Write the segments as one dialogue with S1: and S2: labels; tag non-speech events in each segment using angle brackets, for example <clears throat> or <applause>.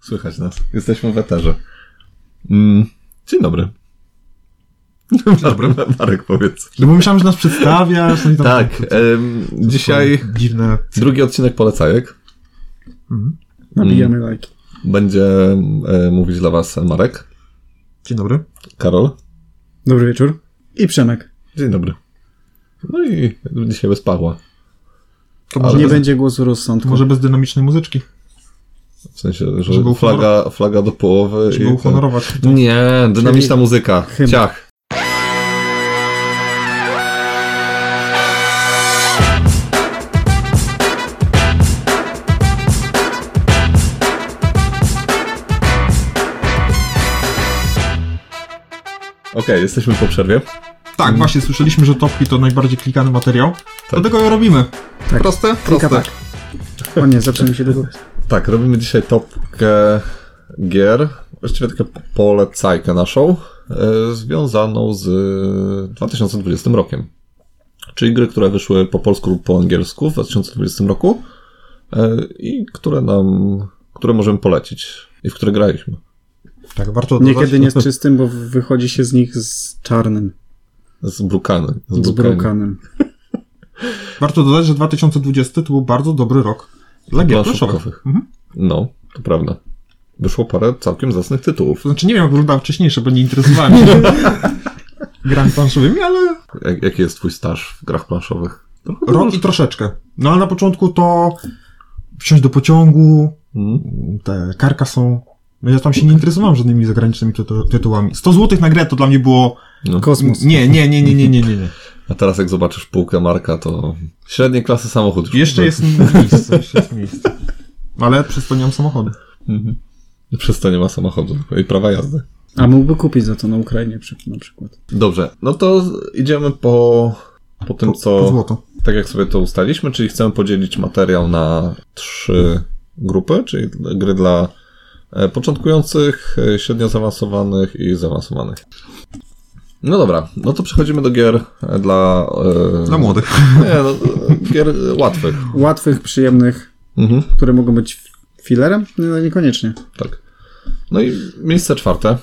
S1: Słychać nas. Jesteśmy w eterze. Mm. Dzień dobry. <laughs> Dobry, Marek, powiedz.
S2: No bo myślałem, że nas przedstawiasz. No i tam
S1: Tak, em, dzisiaj
S2: Dziwne.
S1: drugi odcinek polecajek.
S3: Nabijamy lajki.
S1: Będzie e, mówić dla was Marek,
S2: Dzień dobry.
S1: Karol.
S3: Dobry wieczór. I Przemek.
S1: Dzień dobry. No i dzisiaj bez Pawła.
S2: To
S1: Ale
S2: może,
S3: nie
S2: bez,
S3: będzie głosu rozsądku.
S2: może bez dynamicznej muzyczki,
S1: W sensie, że
S2: Żeby
S1: flaga, flaga do połowy.
S2: żeby
S1: i ten-
S2: uhonorować.
S1: Nie, dynamiczna
S3: Czyli-
S1: muzyka.
S3: Chyba.
S1: Ciach. Okej, jesteśmy po przerwie.
S2: Tak, właśnie, słyszeliśmy, że topki to najbardziej klikany materiał. Dlatego ją robimy.
S3: Tak.
S2: Proste?
S3: Klika
S2: Proste.
S3: tak. O nie, zaczyna mi
S2: <laughs>
S3: się do góry.
S1: Tak, robimy dzisiaj topkę gier, właściwie taką polecajkę naszą, e, związaną z e, 2020 rokiem. Czyli gry, które wyszły po polsku lub po angielsku w 2020 roku e, i które nam, które możemy polecić i w które graliśmy.
S2: Tak, warto dodać.
S3: Niekiedy nie z czystym, bo wychodzi się z nich z czarnym,
S1: Z Brukany.
S3: z
S1: Brukany.
S3: brokanem.
S2: Warto dodać, że 2020 to był bardzo dobry rok dla gier
S1: Dla
S2: planszowych.
S1: szybkowych.
S2: Mhm.
S1: No, to prawda. Wyszło parę całkiem zacnych tytułów.
S2: To znaczy, nie wiem jak wyglądały wcześniejsze, bo nie interesowałem się grami planszowymi, ale
S1: Jak, jaki jest twój staż w grach planszowych? Trochę
S2: rok i troszeczkę. No ale na początku to wsiąść do pociągu,
S1: Mm.
S2: te karka są. No ja tam się nie interesowałem żadnymi zagranicznymi tytu- tytułami. 100 zł na grę to dla mnie było.
S1: No.
S3: Kosmos.
S2: Nie, nie, nie, nie, nie, nie, nie. nie.
S1: A teraz jak zobaczysz półkę Marka, to średniej klasy samochód. już
S2: Jeszcze
S1: kupiłeś.
S2: jest miejsce, jeszcze jest miejsce. Ale przez to nie mam samochodu.
S1: Mhm. Przez to nie ma samochodu i prawa jazdy.
S3: A mógłby kupić za to na Ukrainie przy- na przykład.
S1: Dobrze, no to idziemy po, po tym,
S2: Po,
S1: co...
S2: po złoto.
S1: tak jak sobie to ustaliśmy, czyli chcemy podzielić materiał na trzy grupy, czyli gry dla e, początkujących, e, średnio zaawansowanych i zaawansowanych. No dobra, no to przechodzimy do gier e, dla... e,
S2: Dla młodych.
S1: Nie, no, e, gier e, łatwych.
S3: Łatwych, przyjemnych,
S1: Mhm.
S3: które mogą być fillerem? No, no niekoniecznie.
S1: Tak. No i miejsce czwarte.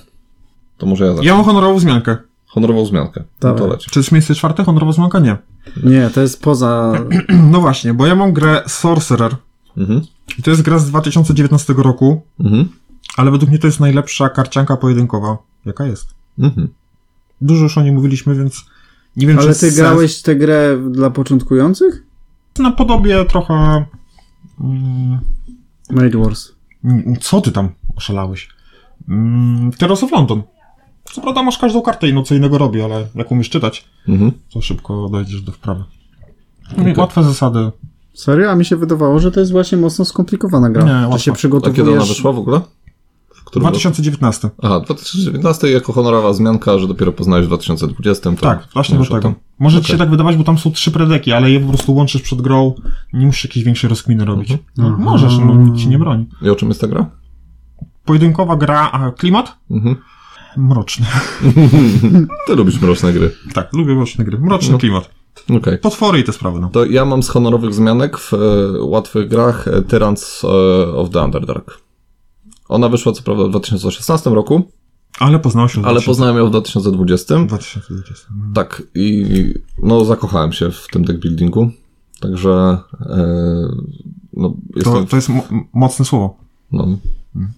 S1: To może ja zacznę.
S2: Ja mam honorową zmiankę.
S1: Honorową wzmiankę. No to
S3: Dawaj.
S1: leci.
S2: Czy to jest miejsce czwarte? Honorowa zmianka? Nie. <clears throat>
S3: Nie, to jest poza...
S2: No właśnie, bo ja mam grę Sorcerer.
S1: Mhm.
S2: I to jest gra z 2019 roku,
S1: Mhm.
S2: ale według mnie to jest najlepsza karcianka pojedynkowa, jaka jest.
S1: Mhm.
S2: Dużo już o niej mówiliśmy, więc nie wiem, czy
S3: Ale ty
S2: sens-
S3: grałeś tę grę dla początkujących?
S2: na podobie trochę... Mm,
S3: Made Wars.
S2: Mm, Co ty tam oszalałeś? Mm, Teraz of London. Co prawda masz każdą kartę i no co innego robi, ale jak umiesz czytać,
S1: Mhm.
S2: to szybko dojdziesz do wprawy.
S1: Okej.
S2: Łatwe zasady.
S3: Serio? A mi się wydawało, że to jest właśnie mocno skomplikowana gra.
S2: Nie,
S3: że
S2: łatwa.
S3: się
S1: A kiedy ona
S3: przygotowujesz...
S1: wyszła w ogóle? W którym
S2: 2019.
S1: roku? Aha, 2019 jako honorowa zmianka, że dopiero poznałeś w 2020. To
S2: Tak, właśnie do
S1: mówisz o
S2: tego.
S1: tym.
S2: Może ci
S1: Okej.
S2: się tak wydawać, bo tam są trzy predeki, ale je po prostu łączysz przed grą, nie musisz jakiejś większej rozkminy robić.
S3: Mhm.
S2: Możesz, no nikt ci nie broni.
S1: I o czym jest ta gra?
S2: Pojedynkowa gra, a klimat?
S1: Mhm.
S2: Mroczny. <laughs>
S1: Ty lubisz mroczne gry.
S2: tak, lubię mroczne gry. Mroczny
S1: No.
S2: klimat.
S1: Okej.
S2: Potwory i te sprawy, no.
S1: To ja mam z honorowych zmianek w e, łatwych grach e, Tyrants e, of the Underdark. Ona wyszła co prawda w 2016 roku,
S2: Ale poznał się w
S1: ale poznałem ją w 2020.
S2: 2020.
S1: Tak, i no zakochałem się w tym deck buildingu. Także e, no,
S2: To,
S1: jestem,
S2: to jest mo- m- mocne słowo.
S1: no,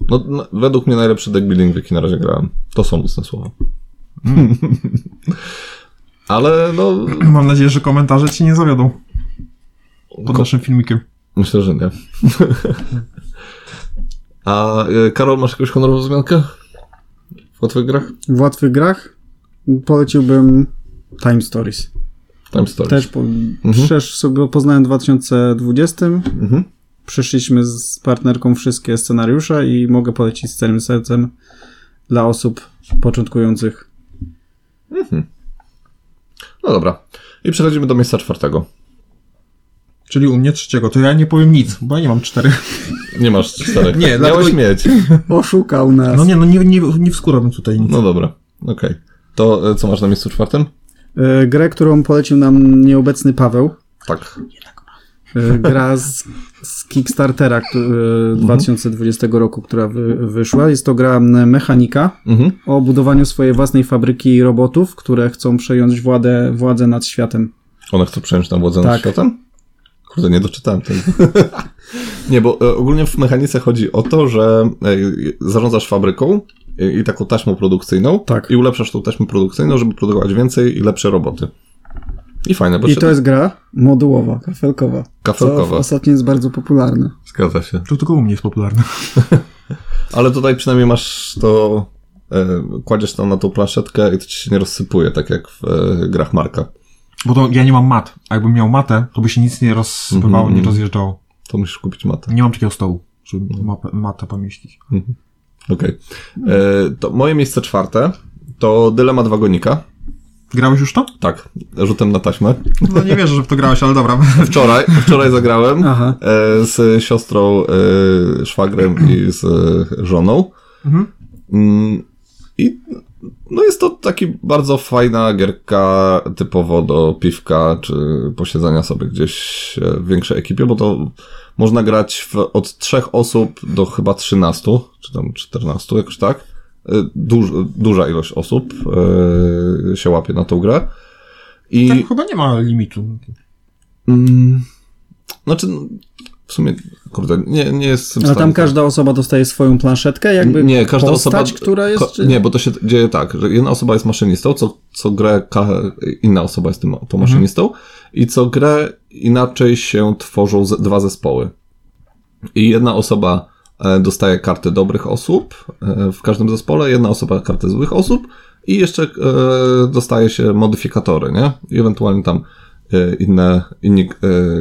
S1: no, no, według mnie najlepszy deck building, w jaki na razie grałem. To są mocne słowa. <laughs> Ale no,
S2: Mam nadzieję, że komentarze ci nie zawiodą pod
S1: ko-
S2: naszym filmikiem.
S1: myślę, że nie. <laughs> A e, Karol, masz jakąś honorową wzmiankę? W łatwych grach?
S3: W łatwych grach poleciłbym Time Stories.
S1: Time Stories.
S3: Też po, przesz, sobie poznałem w 2020.
S1: Mhm.
S3: Przeszliśmy z partnerką wszystkie scenariusze i mogę polecić z całym sercem dla osób początkujących.
S1: No dobra. I przechodzimy do miejsca czwartego.
S2: Czyli u mnie trzeciego, to ja nie powiem nic, bo ja nie mam czterech.
S1: Nie masz czterech.
S2: Nie,
S1: miałeś mieć.
S3: <laughs> Oszukał nas.
S2: No nie, no nie, nie, nie wskurałbym tutaj nic.
S1: No dobra, okej. To e, co masz na miejscu czwartym?
S3: E, Grę, którą polecił nam nieobecny Paweł.
S1: Tak.
S3: E, E, Gra z, z Kickstartera któ- e, 2020 roku, która wy, wyszła. Jest to gra m, mechanika
S1: Mhm.
S3: o budowaniu swojej własnej fabryki robotów, które chcą przejąć władzę, władzę nad światem.
S1: Ona chce przejąć tam władzę nad
S3: Tak.
S1: światem? Kurde, nie doczytałem tego. <laughs> nie, bo e, ogólnie w mechanice chodzi o to, że e, zarządzasz fabryką i, i taką taśmą produkcyjną
S3: Tak.
S1: i ulepszasz tą taśmę produkcyjną, żeby produkować więcej i lepsze roboty. I fajne, bo
S3: I
S1: się tak
S3: to jest gra modułowa, kafelkowa. Co
S1: Kafelkowa.
S3: ostatnio jest bardzo popularne.
S1: Zgadza się.
S2: To tylko u mnie jest popularne.
S1: Ale tutaj przynajmniej masz to, e, kładziesz tam na tą planszetkę i to ci się nie rozsypuje, tak jak w e, grach Marka.
S2: Bo to ja nie mam mat. A jakbym miał matę, to by się nic nie rozsypywało,
S1: Mhm. Tak.
S2: nie rozjeżdżało.
S1: To musisz kupić matę.
S2: Nie mam takiego stołu, żeby
S1: Mhm.
S2: mapę, matę pomieścić.
S1: Okej. E, To moje miejsce czwarte to dylemat wagonika.
S2: Grałeś już to?
S1: Tak, rzutem na taśmę.
S2: No nie wierzę, że w to grałeś, ale dobra.
S1: Wczoraj, wczoraj zagrałem
S3: Aha.
S1: e, z siostrą, e, szwagrem i z e, żoną.
S2: Mhm.
S1: Mm, I no jest to taki bardzo fajna gierka typowo do piwka czy posiedzenia sobie gdzieś e, w większej ekipie, bo to można grać w, od trzech osób do chyba 13, czy tam 14 jakoś tak. E, Duż, duża ilość osób e, się łapie na tą grę. I
S2: Tam <laughs> chyba nie ma limitu.
S1: Mm, znaczy, no, w sumie, kurde, nie, nie jest.
S3: Ale tam każda osoba dostaje swoją planszetkę, jakby
S1: Nie, każda
S3: postać,
S1: osoba.
S3: która jest...
S1: Ko-
S3: czy-
S1: Nie, bo to się dzieje tak, że jedna osoba jest maszynistą, co, co grę ka- inna osoba jest tym,
S3: Mhm.
S1: tą maszynistą i co grę inaczej się tworzą z, dwa zespoły. I jedna osoba e, dostaje karty dobrych osób e, w każdym zespole, jedna osoba karty złych osób i jeszcze e, dostaje się modyfikatory, nie? I ewentualnie tam e, inne, inni e,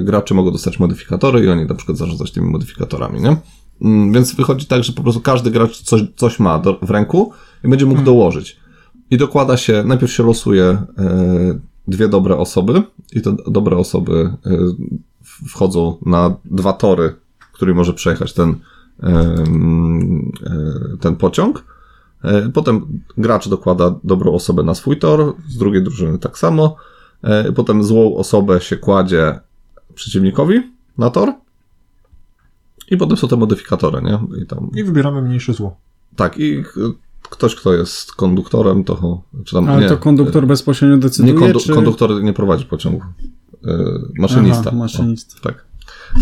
S1: gracze mogą dostać modyfikatory i oni na przykład zarządzać tymi modyfikatorami, nie? Mm, Więc wychodzi tak, że po prostu każdy gracz coś, coś ma do, w ręku i będzie mógł dołożyć. I dokłada się, najpierw się losuje e, dwie dobre osoby i te dobre osoby e, w- wchodzą na dwa tory, którymi może przejechać ten, em, e, ten pociąg. E, Potem gracz dokłada dobrą osobę na swój tor, z drugiej drużyny tak samo. E, Potem złą osobę się kładzie przeciwnikowi na tor. I potem są te modyfikatory, nie? I tam,
S2: I wybieramy mniejsze zło.
S1: tak, i k- ktoś, kto jest konduktorem, to. Czy tam,
S3: Ale
S1: nie,
S3: to konduktor bezpośrednio
S1: Nie,
S3: decyduje,
S1: kondu,
S3: czy...
S1: konduktor nie prowadzi pociągu. E, Maszynista.
S3: Aha, maszynista.
S1: O, tak.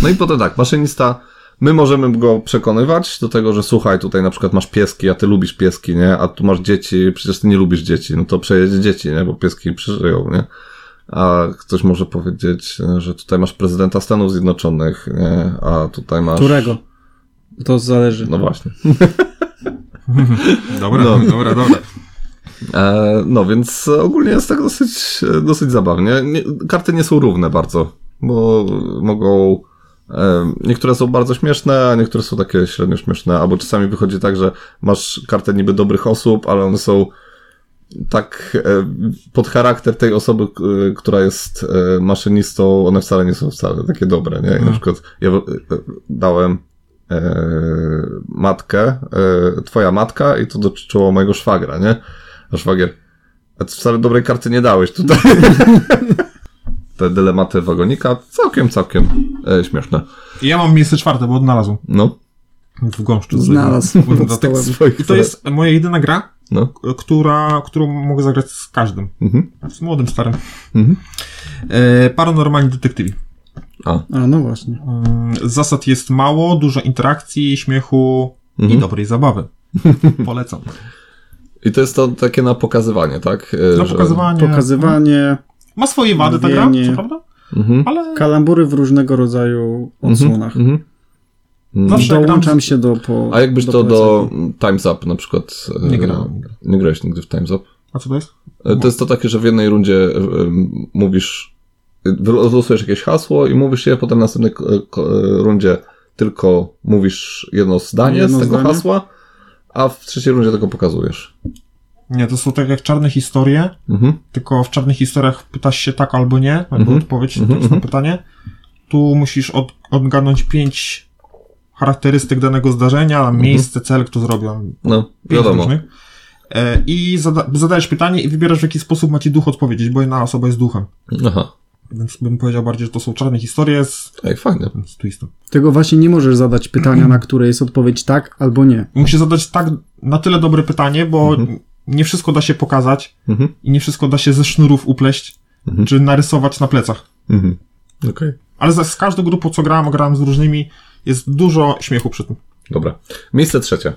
S1: No i potem tak, maszynista, my możemy go przekonywać do tego, że słuchaj, tutaj na przykład masz pieski, a ty lubisz pieski, nie? A tu masz dzieci, przecież ty nie lubisz dzieci, no to przejedzie dzieci, nie? Bo pieski przeżyją, nie? A ktoś może powiedzieć, e, że tutaj masz prezydenta Stanów Zjednoczonych, nie? A tutaj masz...
S3: Którego? To zależy.
S1: No właśnie.
S2: Dobra,
S1: No.
S2: dobra, dobra.
S1: E, no więc ogólnie jest tak dosyć, dosyć zabawnie. Nie, karty nie są równe bardzo, bo mogą. e, Niektóre są bardzo śmieszne, a niektóre są takie średnio śmieszne, albo czasami wychodzi tak, że masz kartę niby dobrych osób, ale one są tak e, pod charakter tej osoby, k- e, która jest e, maszynistą, one wcale nie są wcale takie dobre, nie? I na
S2: Mhm.
S1: przykład ja w- e, dałem e, matkę, e, twoja matka i to dotyczyło mojego szwagra, nie? A szwagier, a ty wcale dobrej karty nie dałeś
S2: <laughs>
S1: tutaj. Te dylematy wagonika, całkiem, całkiem e, śmieszne.
S2: I ja mam miejsce czwarte, bo odnalazłem.
S1: No,
S2: W gąszczu.
S3: Znalazł
S2: Kurde,
S3: pod
S2: tak
S3: stołem.
S1: swoich
S2: I to jest moja jedyna gra,
S1: No.
S2: która, którą mogę zagrać z każdym.
S1: Mhm.
S2: Z młodym, starym.
S1: Mhm.
S2: E, paranormalni detektywi.
S3: A, no właśnie.
S2: Mm, Zasad jest mało, dużo interakcji, śmiechu
S1: Mhm.
S2: i dobrej
S1: <laughs>
S2: zabawy. Polecam.
S1: I to jest to takie na pokazywanie, tak? E,
S2: No,
S1: że-
S2: pokazywanie.
S3: Pokazywanie,
S2: Ma swoje wady ta gra,
S3: Mówienie.
S2: co prawda?
S1: Mhm.
S2: Ale
S3: kalambury w różnego rodzaju odsłonach.
S1: Mhm. Mhm.
S2: Zawsze jak
S3: Dołączam
S2: gram-
S3: się do... Po,
S1: A jakbyś
S3: do
S1: to do
S3: polecenia.
S1: Times Up na przykład. e,
S2: nie grałem. nie grałem.
S1: Nie grałeś nigdy w Times Up.
S2: A co to jest?
S1: E, To jest to takie, że w jednej rundzie e, m, mówisz, e, wylosujesz jakieś hasło i mówisz je, potem w następnej k- k- e, rundzie tylko mówisz jedno zdanie
S3: Jedno
S1: z tego
S3: zdanie.
S1: hasła, a w trzeciej rundzie tylko pokazujesz.
S2: Nie, to są tak jak czarne historie,
S1: Mhm.
S2: tylko w czarnych historiach pytasz się tak albo nie, albo
S1: Mhm.
S2: odpowiedź
S1: Mhm,
S2: na
S1: mhm.
S2: pytanie. Tu musisz od, odgadnąć pięć charakterystyk danego zdarzenia,
S1: Mhm.
S2: miejsce, cel, kto zrobił.
S1: No,
S2: Pięć
S1: wiadomo.
S2: różnych. E, I zada- zadajesz pytanie i wybierasz w jaki sposób ma ci duch odpowiedzieć, bo jedna osoba jest duchem.
S1: Aha.
S2: Więc bym powiedział bardziej, że to są czarne historie z,
S1: Ej, fajne.
S2: z twistem.
S3: Tego właśnie nie możesz zadać pytania, na które jest odpowiedź tak albo nie.
S2: Musisz zadać tak na tyle dobre pytanie, bo nie wszystko da się pokazać
S1: Mhm.
S2: i nie wszystko da się ze sznurów upleść
S1: Mhm.
S2: czy narysować na plecach.
S1: Mhm. Okej.
S2: Ale z, z każdą grupą, co grałem, a grałem z różnymi, jest dużo śmiechu przy tym.
S1: Dobra. Miejsce trzecie.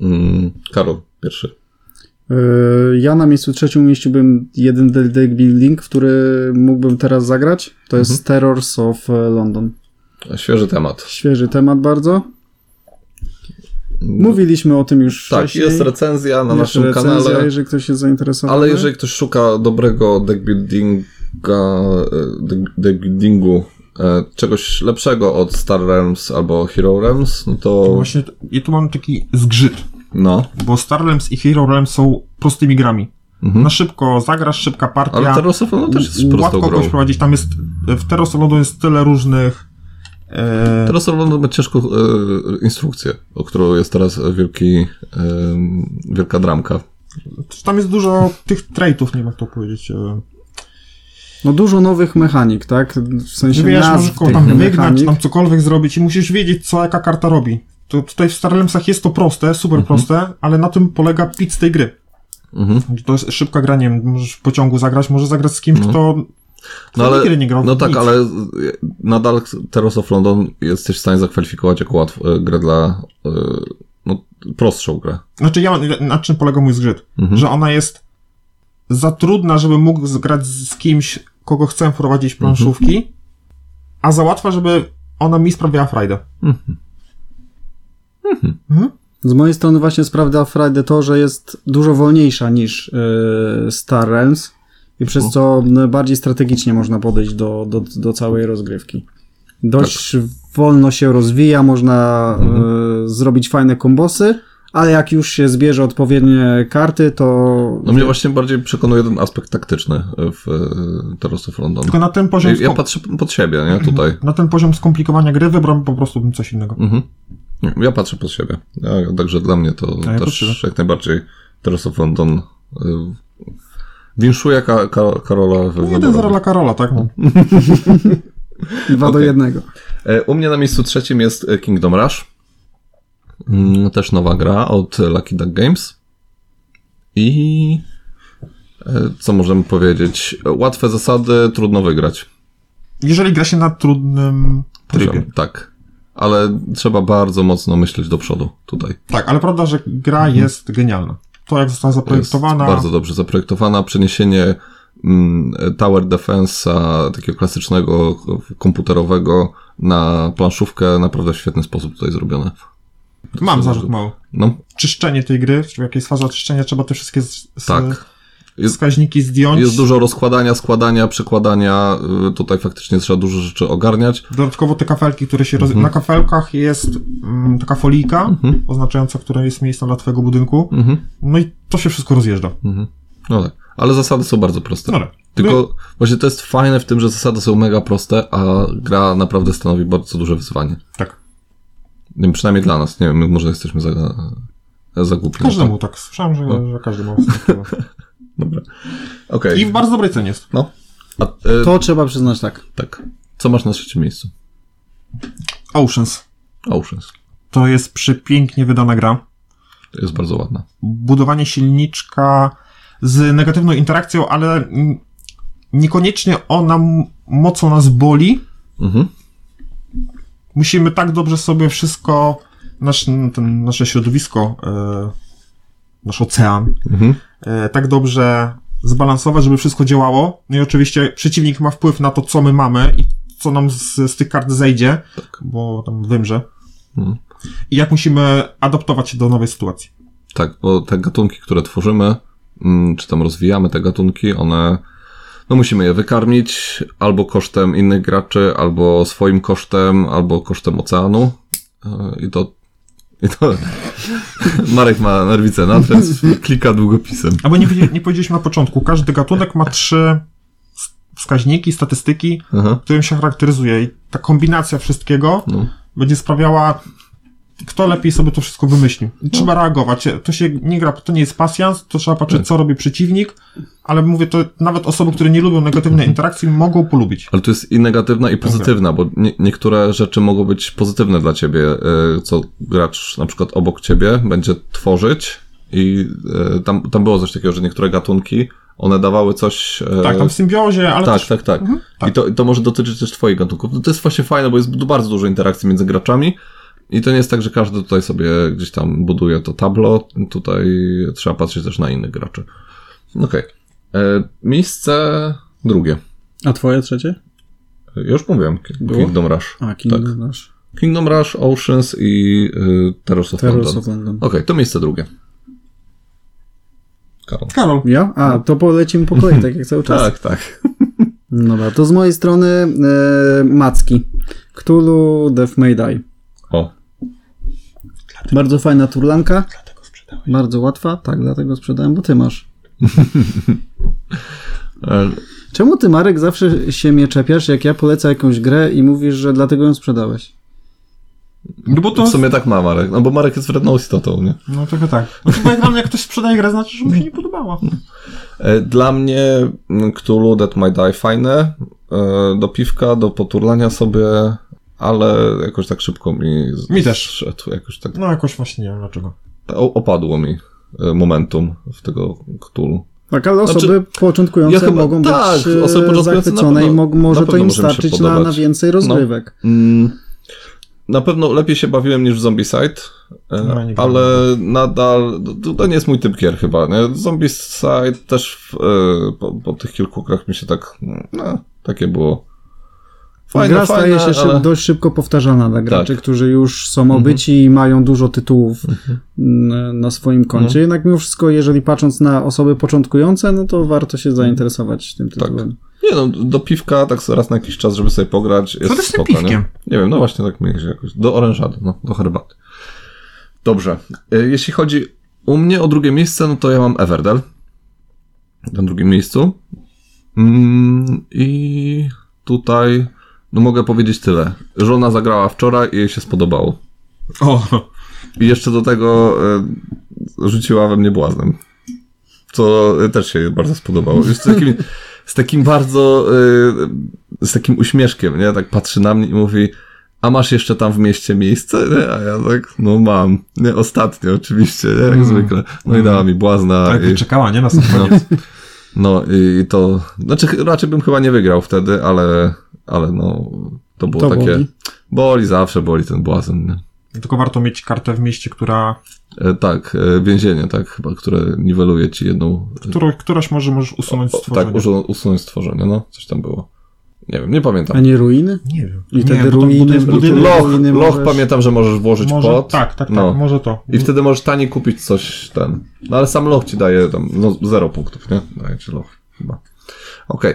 S1: Mm, Karol, pierwszy.
S3: Yy, Ja na miejscu trzecim umieściłbym jeden del- deck building, który mógłbym teraz zagrać. To jest
S1: Mhm.
S3: Terrors of e, London.
S1: Świeży temat. Tak,
S3: Świeży temat bardzo. Mówiliśmy o tym już
S1: Mm. Tak,
S3: wcześniej.
S1: jest recenzja na
S3: Jest
S1: naszym
S3: recenzja,
S1: kanale.
S3: jeżeli ktoś jest zainteresowany.
S1: Ale jeżeli ktoś szuka dobrego deckbuildinga, e, deck- deckbuildingu, e, czegoś lepszego od Star Realms albo Hero Realms, no to
S2: Właśnie t- i tu mam taki zgrzyt,
S1: no.
S2: bo Star Realms i Hero Realms są prostymi grami.
S1: Mhm.
S2: Na szybko zagrasz, szybka partia.
S1: Ale Terrace of London No, też jest prostą
S2: łatwo
S1: grą.
S2: kogoś prowadzić. Tam jest, w Terrace London jest tyle różnych e,
S1: Teraz Orlando ma ciężką e, instrukcję, o którą jest teraz wielki, e, wielka dramka.
S2: Tam jest dużo tych traitów, nie wiem jak to powiedzieć. e,
S3: No dużo nowych mechanik, tak? W sensie
S2: Nie wiesz, możesz
S3: nazw
S2: kogo
S3: tych
S2: tam wygnać, czy
S3: mechanik.
S2: tam cokolwiek zrobić i musisz wiedzieć, co jaka karta robi. To tutaj w Starlemsach jest to proste, super proste, ale na tym polega pit z tej gry.
S1: Mhm.
S2: To jest szybka gra, nie wiem, możesz w pociągu zagrać, może zagrać z kimś, kto, kto
S1: No, ale,
S2: nigdy nie grał. w
S1: no tak,
S2: nic.
S1: ale nadal Terrace of London jesteś w stanie zakwalifikować jako łatw, e, grę dla e, no, prostszą grę.
S2: Znaczy, ja, na czym polega mój zgrzyt?
S1: Mhm.
S2: Że ona jest za trudna, żeby mógł grać z kimś, kogo chcę prowadzić
S1: Mhm.
S2: planszówki, a za łatwa, żeby ona mi sprawiała frajdę.
S3: Z mojej strony właśnie sprawdza Friday to, że jest dużo wolniejsza niż e, Star Realms i przez co no, bardziej strategicznie można podejść do, do, do całej rozgrywki. Dość
S1: Tak.
S3: wolno się rozwija, można
S1: Mhm.
S3: e, zrobić fajne kombosy, ale jak już się zbierze odpowiednie karty, to...
S1: No mnie właśnie bardziej przekonuje ten aspekt taktyczny w e, Terrace of London.
S2: Tylko na ten poziom,
S1: Ja, ja
S2: skom-
S1: patrzę pod siebie, nie? Tutaj.
S2: na ten poziom skomplikowania gry wybrałbym po prostu bym coś innego.
S1: Mhm. Nie, Ja patrzę pod siebie. Ja, także dla mnie to
S2: A ja pod siebie.
S1: też jak najbardziej Terrace of London y, winszuje ka, ka, Karola w
S2: No jeden zero dla Karola, tak? No.
S1: Mhm.
S3: Dwa do
S1: Okej.
S3: jednego.
S1: E, U mnie na miejscu trzecim jest e, Kingdom Rush. Mm, Też nowa gra od e, Lucky Duck Games. I e, co możemy powiedzieć? E, Łatwe zasady, trudno wygrać.
S2: Jeżeli gra się na trudnym trybie.
S1: Tak. Ale trzeba bardzo mocno myśleć do przodu tutaj.
S2: Tak, ale prawda, że gra jest genialna. To jak została
S1: Mhm. Jest
S2: zaprojektowana,
S1: bardzo dobrze zaprojektowana. Przeniesienie mm, Tower Defense'a, takiego klasycznego, k- komputerowego, na planszówkę, naprawdę w świetny sposób tutaj zrobione.
S2: mam zarzut mały.
S1: No,
S2: Czyszczenie tej gry, czy jak jest faza czyszczenia, trzeba te wszystkie z, z,
S1: tak. Jest-
S2: wskaźniki zdjąć.
S1: Jest dużo rozkładania, składania, przekładania. y, Tutaj faktycznie trzeba dużo rzeczy ogarniać.
S2: Dodatkowo te kafelki, które się roz... Na kafelkach jest mm, taka folika oznaczająca, które jest miejsce dla twojego budynku. No i to się wszystko rozjeżdża.
S1: Mhm, No tak. Ale zasady są bardzo proste.
S2: No tak.
S1: Tylko właśnie to jest fajne w tym, że zasady są mega proste, a gra naprawdę stanowi bardzo duże wyzwanie.
S2: Tak.
S1: Nie wiem, No, przynajmniej dla nas. Nie wiem, my może jesteśmy za, za głupi. no.
S2: Każdemu tak. Słyszałem, że, że każdy ma. swoje. <laughs>
S1: Dobra. Okej.
S2: I w bardzo dobrej cenie jest.
S1: No. A, y,
S3: To trzeba przyznać tak.
S1: Tak. Co masz na trzecim miejscu?
S2: Oceans.
S1: Oceans.
S2: To jest przepięknie wydana gra.
S1: To jest bardzo ładna.
S2: Budowanie silniczka z negatywną interakcją, ale mm, niekoniecznie ona m- mocno nas boli,
S1: Mhm.
S2: musimy tak dobrze sobie wszystko, nasz, ten, nasze środowisko, e, nasz ocean,
S1: Mhm.
S2: e, tak dobrze zbalansować, żeby wszystko działało. No i oczywiście przeciwnik ma wpływ na to, co my mamy i co nam z, z tych kart zejdzie, bo tam wymrze.
S1: Tak. Mhm.
S2: I jak musimy adaptować się do nowej sytuacji.
S1: Tak, bo te gatunki, które tworzymy, mm, czy tam rozwijamy te gatunki, one. No musimy je wykarmić albo kosztem innych graczy, albo swoim kosztem, albo kosztem oceanu. Yy, I to. I to. <laughs> Marek ma nerwicę na więc klika długopisem.
S2: Albo nie, powiedzie- nie powiedzieliśmy na początku, każdy gatunek ma trzy s- wskaźniki, statystyki,
S1: Aha.
S2: którym się charakteryzuje i ta kombinacja wszystkiego
S1: No.
S2: będzie sprawiała kto lepiej sobie to wszystko wymyślił. I Trzeba reagować. To się nie gra, to nie jest pasjans, to trzeba
S1: Tak.
S2: patrzeć, co robi przeciwnik, ale mówię, to nawet osoby, które nie lubią negatywnej interakcji, mogą polubić.
S1: Ale tu jest i negatywna, i pozytywna, bo nie, niektóre rzeczy mogą być pozytywne dla ciebie, e, co gracz na przykład obok ciebie będzie tworzyć i e, tam, tam było coś takiego, że niektóre gatunki, one dawały coś... e,
S2: Tak, tam Mhm, w symbiozie, ale
S1: tak,
S2: też
S1: tak, tak. I to, i to może dotyczyć też twoich gatunków. No To jest właśnie fajne, bo jest du- bardzo dużo interakcji między graczami i to nie jest tak, że każdy tutaj sobie gdzieś tam buduje to tablo. Tutaj trzeba patrzeć też na innych graczy. Okej. E, Miejsce drugie.
S3: A twoje trzecie?
S1: Już mówiłem, Ki-
S3: Było?
S1: Kingdom Rush.
S3: A, Kingdom Rush.
S1: Tak. Kingdom Rush, Oceans i y, Terrors of
S3: Terrors
S1: London. Okej,
S3: of London.
S1: to miejsce drugie. Karol.
S2: Karol.
S3: Ja? A, to polecimy po kolei, tak jak cały czas.
S1: Tak, tak.
S3: Dobra, to z mojej strony e, Macki. Cthulhu Death May Die.
S1: O,
S3: Bardzo fajna turlanka. Bardzo łatwa, tak, dlatego sprzedałem, bo ty masz.
S1: e,
S3: Czemu ty, Marek, zawsze się mnie czepiasz, jak ja polecę jakąś grę i mówisz, że dlatego ją sprzedałeś?
S2: No bo to...
S1: w sumie tak ma Marek, no bo Marek jest wredną istotą, nie?
S2: No
S1: <laughs>
S2: trochę tak. No to bo jak dla mnie, jak ktoś sprzedaje grę, znaczy, że mu się nie podobała.
S1: E, Dla mnie mm, Cthulhu, That Might Die fajne, e, do piwka, do poturlania sobie, ale jakoś tak szybko mi... z-
S2: Mi też.
S1: zszedł, jakoś tak
S2: No jakoś właśnie nie wiem dlaczego.
S1: o- opadło mi e, momentum w tego Cthulhu.
S3: Tak, ale
S1: Znaczy,
S3: osoby początkujące
S1: ja chyba-
S3: mogą
S1: tak,
S3: być
S1: osoby
S3: osoby
S1: początkujące na
S3: zachwycone i
S1: pewno-
S3: mog-
S1: na
S3: może to
S1: pewno
S3: im
S1: może im się
S3: starczyć na,
S1: podobać. No.
S3: na więcej rozgrywek.
S1: Mm, Na pewno lepiej się bawiłem niż w Zombicide, e,
S2: No, ja nie
S1: ale nadal to, to nie jest mój typ gier chyba. Nie? Zombicide też w, e, po, po tych kilku grach mi się tak, no, takie było. Fajne,
S3: gra
S1: fajne, ale...
S3: staje się szyb,
S1: Tak. Mhm.
S3: dość szybko powtarzana dla graczy, którzy już są obyci i mają dużo tytułów n- na swoim koncie.
S1: Mhm.
S3: Jednak mimo wszystko, jeżeli patrząc na osoby początkujące, no to warto się zainteresować tym tytułem.
S1: Nie no, do piwka tak raz na jakiś czas, żeby sobie pograć. Jest
S2: też z tym
S1: spoko, nie?
S2: piwkiem?
S1: Nie wiem, no właśnie tak mi się jakoś. Do orężady, no, do herbaty. Dobrze. E, Jeśli chodzi u mnie o drugie miejsce, no to ja mam Everdell. Na drugim miejscu. Mm, I tutaj, no mogę powiedzieć tyle. Żona zagrała wczoraj i jej się spodobało.
S2: O,
S1: I jeszcze do tego e, rzuciła we mnie błaznem. Co e, też się bardzo spodobało. Już z takim, z takim bardzo, e, z takim uśmieszkiem, nie? Tak patrzy na mnie i mówi, a masz jeszcze tam w mieście miejsce? Nie? A ja tak, no mam. Nie, ostatnio oczywiście, nie? jak zwykle. No i dała mi błazna.
S2: tak
S1: i,
S2: czekała, nie? Na sam
S1: no,
S2: koniec.
S1: no i to, znaczy ch- raczej bym chyba nie wygrał wtedy, ale, ale no, to było
S3: To
S1: takie,
S3: boli.
S1: boli. zawsze, boli ten błazen, nie?
S2: Tylko warto mieć kartę w mieście, która,
S1: E, Tak, e, więzienie, tak, chyba, które niweluje ci jedną.
S2: którą, któraś może możesz usunąć
S1: O,
S2: z
S1: tak,
S2: tworzenia.
S1: usu- usunąć stworzenie, no, coś tam było. Nie wiem, nie
S3: A
S1: pamiętam.
S3: nie ruiny?
S2: Nie wiem.
S3: I
S2: nie,
S3: wtedy
S2: bo tam
S3: ruiny,
S2: buduje-
S3: bo
S2: buduje-
S3: tyle
S1: Loch,
S3: ruiny
S1: loch
S3: możesz-
S1: pamiętam, że możesz włożyć
S2: może,
S1: pod.
S2: Tak, tak, tak,
S1: no.
S2: może to.
S1: I wtedy możesz taniej kupić coś ten. No ale sam loch ci daje tam, no, zero punktów, nie? Daje ci loch, chyba. Okej.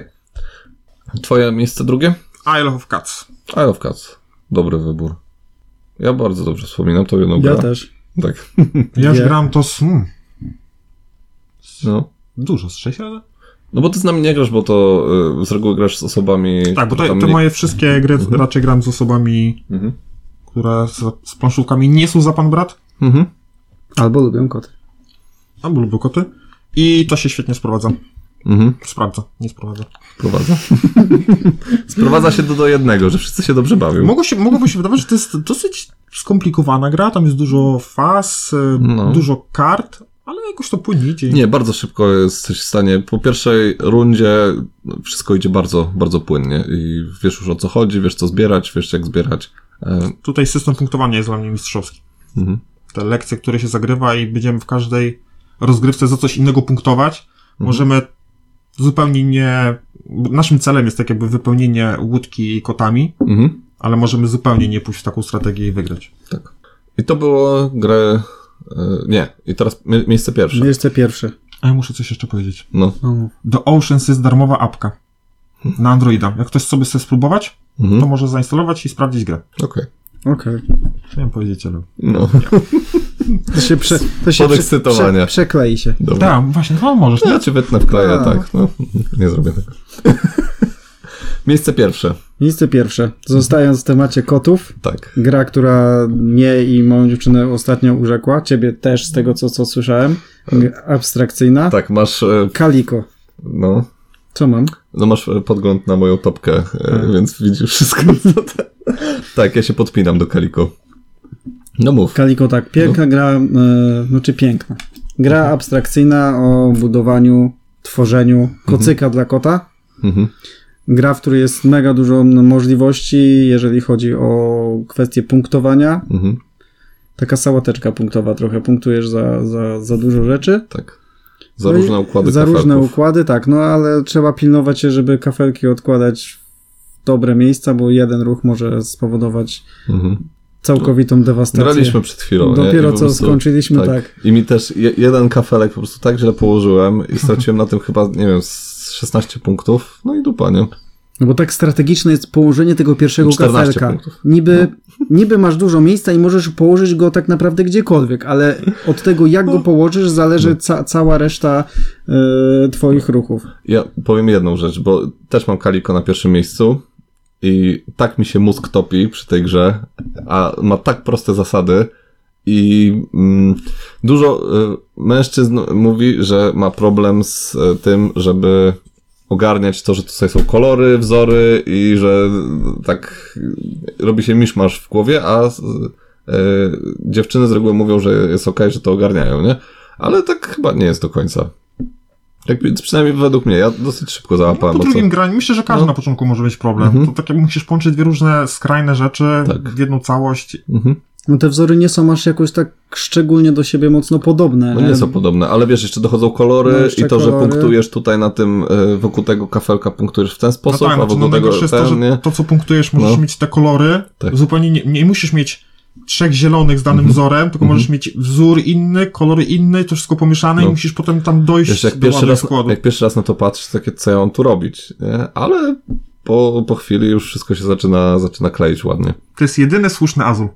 S1: Twoje miejsce drugie?
S2: Isle of Cats.
S1: Isle of Cats. Dobry wybór. Ja bardzo dobrze wspominam tą jedną grę.
S3: Ja też.
S1: Tak.
S2: Ja już
S3: Nie.
S2: gram to z... Mm,
S1: No.
S2: dużo, z 6 razy?
S1: no bo ty z nami nie grasz, bo to y, z reguły grasz z osobami...
S2: Tak, bo
S1: które
S2: to,
S1: tam
S2: te
S1: nie-
S2: moje wszystkie gry raczej gram z osobami,
S1: Mhm.
S2: które z, z planszówkami nie są za pan brat,
S1: Mhm.
S3: Albo lubią koty.
S2: albo lubię koty. I to się świetnie sprowadza.
S1: Mhm.
S2: Sprawdza, nie sprowadza.
S1: Sprowadza. <laughs> Sprowadza się do, do jednego, że wszyscy się dobrze bawią.
S2: Mogło się, mogłoby się wydawać, że to jest dosyć skomplikowana gra, tam jest dużo faz, y,
S1: No.
S2: dużo kart, ale jakoś to płynie idzie.
S1: Nie, bardzo szybko jesteś w stanie. Po pierwszej rundzie no, wszystko idzie bardzo, bardzo płynnie i wiesz już o co chodzi, wiesz co zbierać, wiesz jak zbierać. E,
S2: Tutaj system punktowania jest dla mnie mistrzowski.
S1: mhm.
S2: Te lekcje, które się zagrywa i będziemy w każdej rozgrywce za coś innego punktować,
S1: Mhm.
S2: możemy zupełnie nie... Naszym celem jest tak jakby wypełnienie łódki kotami,
S1: Mhm.
S2: ale możemy zupełnie nie pójść w taką strategię i wygrać.
S1: Tak. I to było grę. E, nie, i teraz mie- miejsce pierwsze.
S3: Miejsce pierwsze.
S2: A ja muszę coś jeszcze powiedzieć.
S1: No.
S3: O,
S2: Do Oceans jest darmowa apka
S1: Hmm.
S2: na Androida. Jak ktoś sobie chce spróbować, to
S1: Mhm.
S2: może zainstalować i sprawdzić grę.
S1: Okej.
S3: Okej.
S2: Miałem powiedzieć, ale...
S1: No.
S3: To się, prze, to się prze,
S1: Podekscytowanie.
S3: prze, przeklei się.
S1: Dobra.
S2: Tak, właśnie, no Tak, możesz.
S1: Ja cię wytnę w kleje,
S3: Tak.
S1: tak. No. Nie zrobię tego. <laughs> Miejsce pierwsze.
S3: Miejsce pierwsze. Zostając w temacie kotów,
S1: Tak.
S3: gra, która mnie i moją dziewczynę ostatnio urzekła, ciebie też z tego, co, co słyszałem, abstrakcyjna.
S1: Tak, masz. e,
S3: Kaliko.
S1: No.
S3: Co mam?
S1: No masz e, podgląd na moją topkę, e,
S3: Tak.
S1: więc widzisz wszystko. <laughs> Co te... Tak, ja się podpinam do Kaliko. No mów.
S3: Kaliko, tak.
S1: No.
S3: Piękna gra, e, znaczy piękna. Gra
S1: Mhm.
S3: abstrakcyjna o budowaniu, tworzeniu kocyka dla kota.
S1: Mhm.
S3: Gra, w której jest mega dużo m, możliwości, jeżeli chodzi o kwestie punktowania.
S1: Mhm.
S3: Taka sałateczka punktowa trochę. Punktujesz za, za, za dużo rzeczy.
S1: Tak. Za
S3: No i
S1: różne układy
S3: Za różne
S1: kafelków.
S3: układy, tak, no ale trzeba pilnować się, żeby kafelki odkładać w dobre miejsca, bo jeden ruch może spowodować
S1: Mhm.
S3: całkowitą dewastację.
S1: Graliśmy przed chwilą. nie? I
S3: Dopiero
S1: po
S3: co
S1: prostu-
S3: skończyliśmy, tak.
S1: I mi też je, jeden kafelek po prostu tak źle położyłem
S3: <laughs>
S1: i straciłem na tym chyba, nie wiem, z 16 punktów. No i dupa, nie?
S3: No bo tak strategiczne jest położenie tego pierwszego
S1: 14
S3: kafelka.
S1: No, punktów. No.
S3: Niby, niby masz dużo miejsca i możesz położyć go tak naprawdę gdziekolwiek, ale od tego, jak go położysz,
S1: No.
S3: zależy ca- cała reszta e, twoich ruchów.
S1: Ja powiem jedną rzecz, bo też mam Kaliko na pierwszym miejscu i tak mi się mózg topi przy tej grze, a ma tak proste zasady i mm, dużo y, mężczyzn mówi, że ma problem z y, tym, żeby ogarniać to, że tutaj są kolory, wzory i że y, tak y, robi się miszmasz w głowie, a z- y, dziewczyny z reguły mówią, że jest okej, że to ogarniają, nie? Ale tak chyba nie jest do końca. Jakby, przynajmniej według mnie, ja dosyć szybko
S2: No, Po
S1: załapałem. o co- No. Mhm.
S2: drugim graniu, myślę, że każdy na początku może mieć problem. To tak jak musisz połączyć dwie różne skrajne rzeczy
S1: Tak.
S2: w jedną całość.
S1: Mhm.
S3: No te wzory nie są aż jakoś tak szczególnie do siebie mocno podobne. E,
S1: No nie są podobne, ale wiesz, jeszcze dochodzą kolory
S3: Mhm. No jeszcze
S1: i to, że
S3: kolory.
S1: punktujesz tutaj na tym, e, wokół tego kafelka punktujesz w ten
S2: No
S1: sposób,
S2: tak,
S1: a
S2: znaczy, no
S1: wokół tego
S2: najgorsze jest to,
S1: ten,
S2: że
S1: nie?
S2: to, co punktujesz, możesz
S1: No.
S2: mieć te kolory.
S1: Tak. Mhm.
S2: Zupełnie nie, nie musisz mieć trzech zielonych z danym wzorem, tylko możesz mieć wzór inny, kolory inny, to wszystko pomieszane i
S1: No.
S2: musisz potem tam dojść
S1: Wiesz, jak
S2: do
S1: pierwszy,
S2: ładnych
S1: raz,
S2: składu.
S1: jak pierwszy raz na to patrzysz, takie, co ja mam tu robić, nie? Ale po, po chwili już wszystko się zaczyna, zaczyna kleić ładnie. <laughs>
S2: To jest jedyny słuszny azul.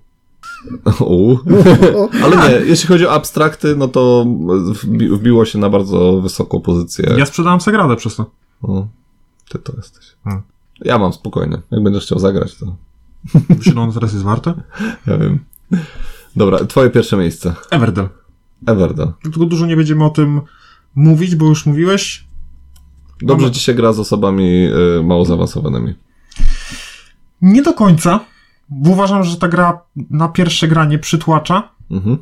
S1: U. Ale nie, jeśli chodzi o abstrakty, no to wbi- wbiło się na bardzo wysoką pozycję.
S2: Ja sprzedałem Sagradę przez to.
S1: No, ty to jesteś.
S2: Hmm.
S1: Ja mam spokojnie. Jak będziesz chciał zagrać, to
S2: Czy ono teraz jest warte?
S1: ja wiem. Dobra, twoje pierwsze miejsce.
S2: Everdell.
S1: Everden.
S2: Tylko dużo nie będziemy o tym mówić, bo już mówiłeś.
S1: Dobrze
S2: Mamy-
S1: ci się gra z osobami y, mało zaawansowanymi.
S2: Nie do końca, bo uważam, że ta gra na pierwsze granie przytłacza,
S1: Mhm.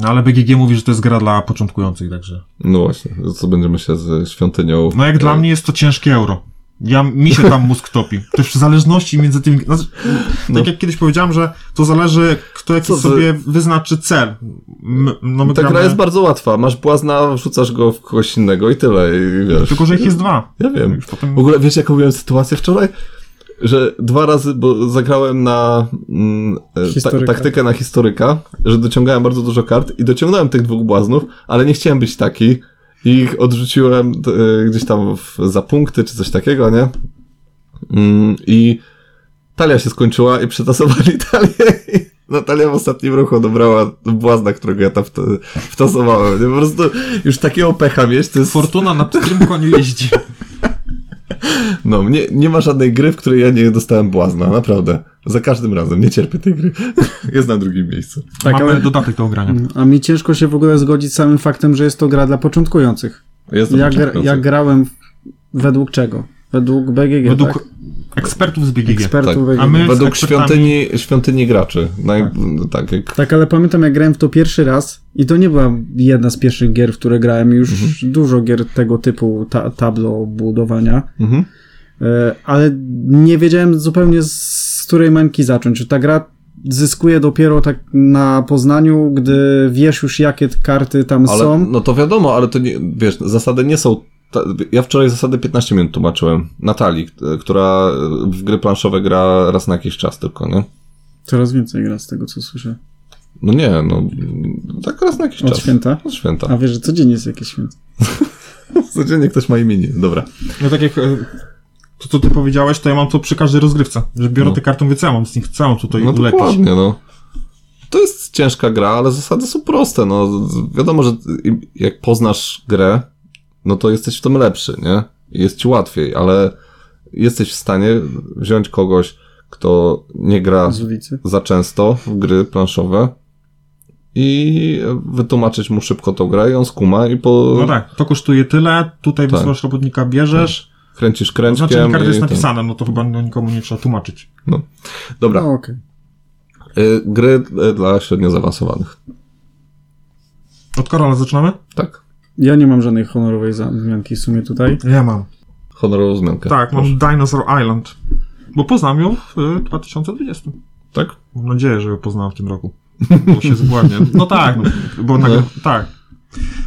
S2: no ale BGG mówi, że to jest gra dla początkujących, także...
S1: No właśnie, co będziemy się z świątynią.
S2: No jak dla mnie jest to ciężkie euro. Ja, mi się tam mózg topi. Też w zależności między tymi... No,
S1: No.
S2: Tak jak kiedyś powiedziałem, że to zależy, kto jaki
S1: Co za-
S2: sobie wyznaczy cel. M, no my
S1: Ta gra
S2: gramy-
S1: jest bardzo łatwa. Masz błazna, wrzucasz go w kogoś innego i tyle, i wiesz.
S2: Tylko, że ich jest dwa.
S1: Ja wiem.
S2: Już potem...
S1: W ogóle wiesz, jaką miałem sytuację wczoraj? Że dwa razy, bo zagrałem na mm, e, ta,
S3: Historyka.
S1: taktykę na historyka, że dociągałem bardzo dużo kart i dociągnąłem tych dwóch błaznów, ale nie chciałem być taki i ich odrzuciłem e, gdzieś tam w, za punkty czy coś takiego, nie? Mm, I talia się skończyła i przetasowali <laughs> talię. I Natalia w ostatnim ruchu dobrała błazna, którego ja tam wt- wtasowałem. nie? Po prostu już takiego pecha mieć, to jest...
S2: Fortuna na pstrym koniu
S1: <laughs>
S2: jeździ.
S1: No, nie, nie ma żadnej gry, w której ja nie dostałem błazna, naprawdę. Za każdym razem, nie cierpię tej gry. <laughs> Jest na drugim miejscu.
S3: Tak,
S2: Mamy
S3: ale-
S2: dodatek do
S1: Mm,
S2: grania.
S3: A mi ciężko się w ogóle zgodzić z samym faktem, że jest to gra dla początkujących.
S1: Jest na
S3: Ja, gra,
S1: początku.
S3: ja grałem w- według czego? Według BGG,
S2: Według
S3: tak?
S2: ekspertów z BGG.
S3: ekspertów
S1: tak.
S3: BGG.
S2: A my-
S1: Według
S2: z ekspertami-
S1: świątyni, świątyni graczy. Naj... Tak, jak...
S3: Tak, ale pamiętam jak grałem w to pierwszy raz i to nie była jedna z pierwszych gier, w które grałem. Już
S1: Mhm.
S3: dużo gier tego typu ta, tablo budowania.
S1: Mhm.
S3: E, ale nie wiedziałem zupełnie z, z której mańki zacząć. Ta gra zyskuje dopiero tak na poznaniu, gdy wiesz już jakie t- karty tam
S1: Ale,
S3: są.
S1: No to wiadomo, ale to nie, wiesz, zasady nie są. Ta, ja wczoraj zasady 15 minut tłumaczyłem. Natalii, k- która w gry planszowe gra raz na jakiś czas tylko, nie?
S3: Coraz więcej gra z tego co słyszę.
S1: No nie, no tak raz na jakiś
S3: Od
S1: czas. Tak.
S3: święta?
S1: Od święta.
S3: A wiesz, że codziennie jest jakieś święto.
S1: Codziennie ktoś ma imię. Dobra.
S2: No tak jak e, to, co ty powiedziałeś, to ja mam to przy każdej rozgrywce, że biorę
S1: No.
S2: te karty, mówię, co ja mam z nich, co ja mam tutaj
S1: No
S2: ulepić.
S1: dokładnie, no. To jest ciężka gra, ale zasady są proste, no. Wiadomo, że im- jak poznasz grę, no to jesteś w tym lepszy, nie? I Jest ci łatwiej, ale jesteś w stanie wziąć kogoś, kto nie gra
S3: z ulicy.
S1: za często w gry planszowe i wytłumaczyć mu szybko tą grę i on skuma i po...
S2: No tak, to kosztuje tyle, tutaj
S1: Tak.
S2: wysyłasz robotnika, bierzesz,
S1: kręcisz
S2: to
S1: kręczkiem
S2: znaczy na karcie
S1: i
S2: jest
S1: ten-
S2: napisane, no to chyba no, nikomu nie trzeba tłumaczyć.
S1: Dobra,
S3: No, okej.
S1: y, gry y, dla średnio zaawansowanych.
S2: Od Karola zaczynamy?
S1: Tak,
S3: Ja nie mam żadnej honorowej za- zmianki w sumie tutaj.
S2: Ja mam.
S1: honorową wzmiankę.
S2: Tak,
S1: Proszę.
S2: mam Dinosaur Island, bo poznam ją w y, 2020.
S1: Tak?
S2: Mam nadzieję, że ją poznałem w tym roku. Bo się zgładnie. No tak, no, bo nagle, tak.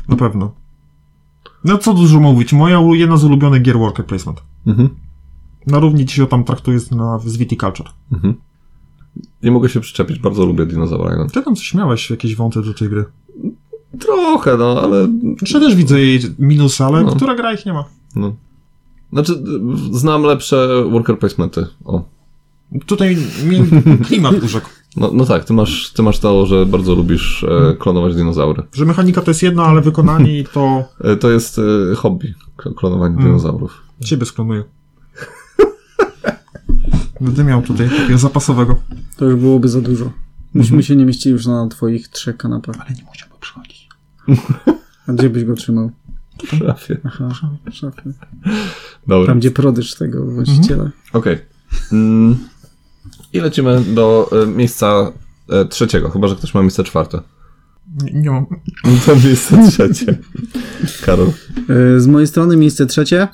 S2: Na pewno. No co dużo mówić, moja u- jedna z ulubionych gier Worker Placement.
S1: Mhm.
S2: Na równi ci się tam traktuje z, na, z Viticulture.
S1: Mhm. Nie mogę się przyczepić, bardzo lubię Dinosaur Island.
S2: Ty tam coś miałeś, jakieś wąty do tej gry.
S1: Trochę, no, ale...
S2: Czy też widzę jej minusy, ale
S1: No.
S2: która gra ich nie ma.
S1: No. Znaczy, y, znam lepsze worker placementy. O.
S2: Tutaj mi klimat urzekł.
S1: No, no tak, ty masz, ty masz to, że bardzo lubisz e, klonować dinozaury.
S2: Że mechanika to jest jedno, ale wykonanie i to <laughs>
S1: E, to jest e, hobby, k- klonowanie <laughs>
S2: Mm.
S1: dinozaurów.
S2: ciebie sklonuje. <laughs> Będę miał tutaj takiego zapasowego.
S3: To już byłoby za dużo.
S2: Mhm.
S3: Myśmy się nie mieścili już na twoich trzech kanapach.
S2: Ale nie musiałby przychodzić.
S3: A gdzie byś go trzymał?
S1: W szafie.
S3: Aha, w szafie.
S1: Dobra,
S3: Tam, gdzie prodyż tego właściciela.
S1: okej. Mm. I lecimy do e, miejsca e, trzeciego, chyba, że ktoś ma miejsce czwarte.
S2: Nie, nie mam.
S1: <laughs> To miejsce trzecie. Karol.
S3: E, Z mojej strony miejsce trzecie. Mm,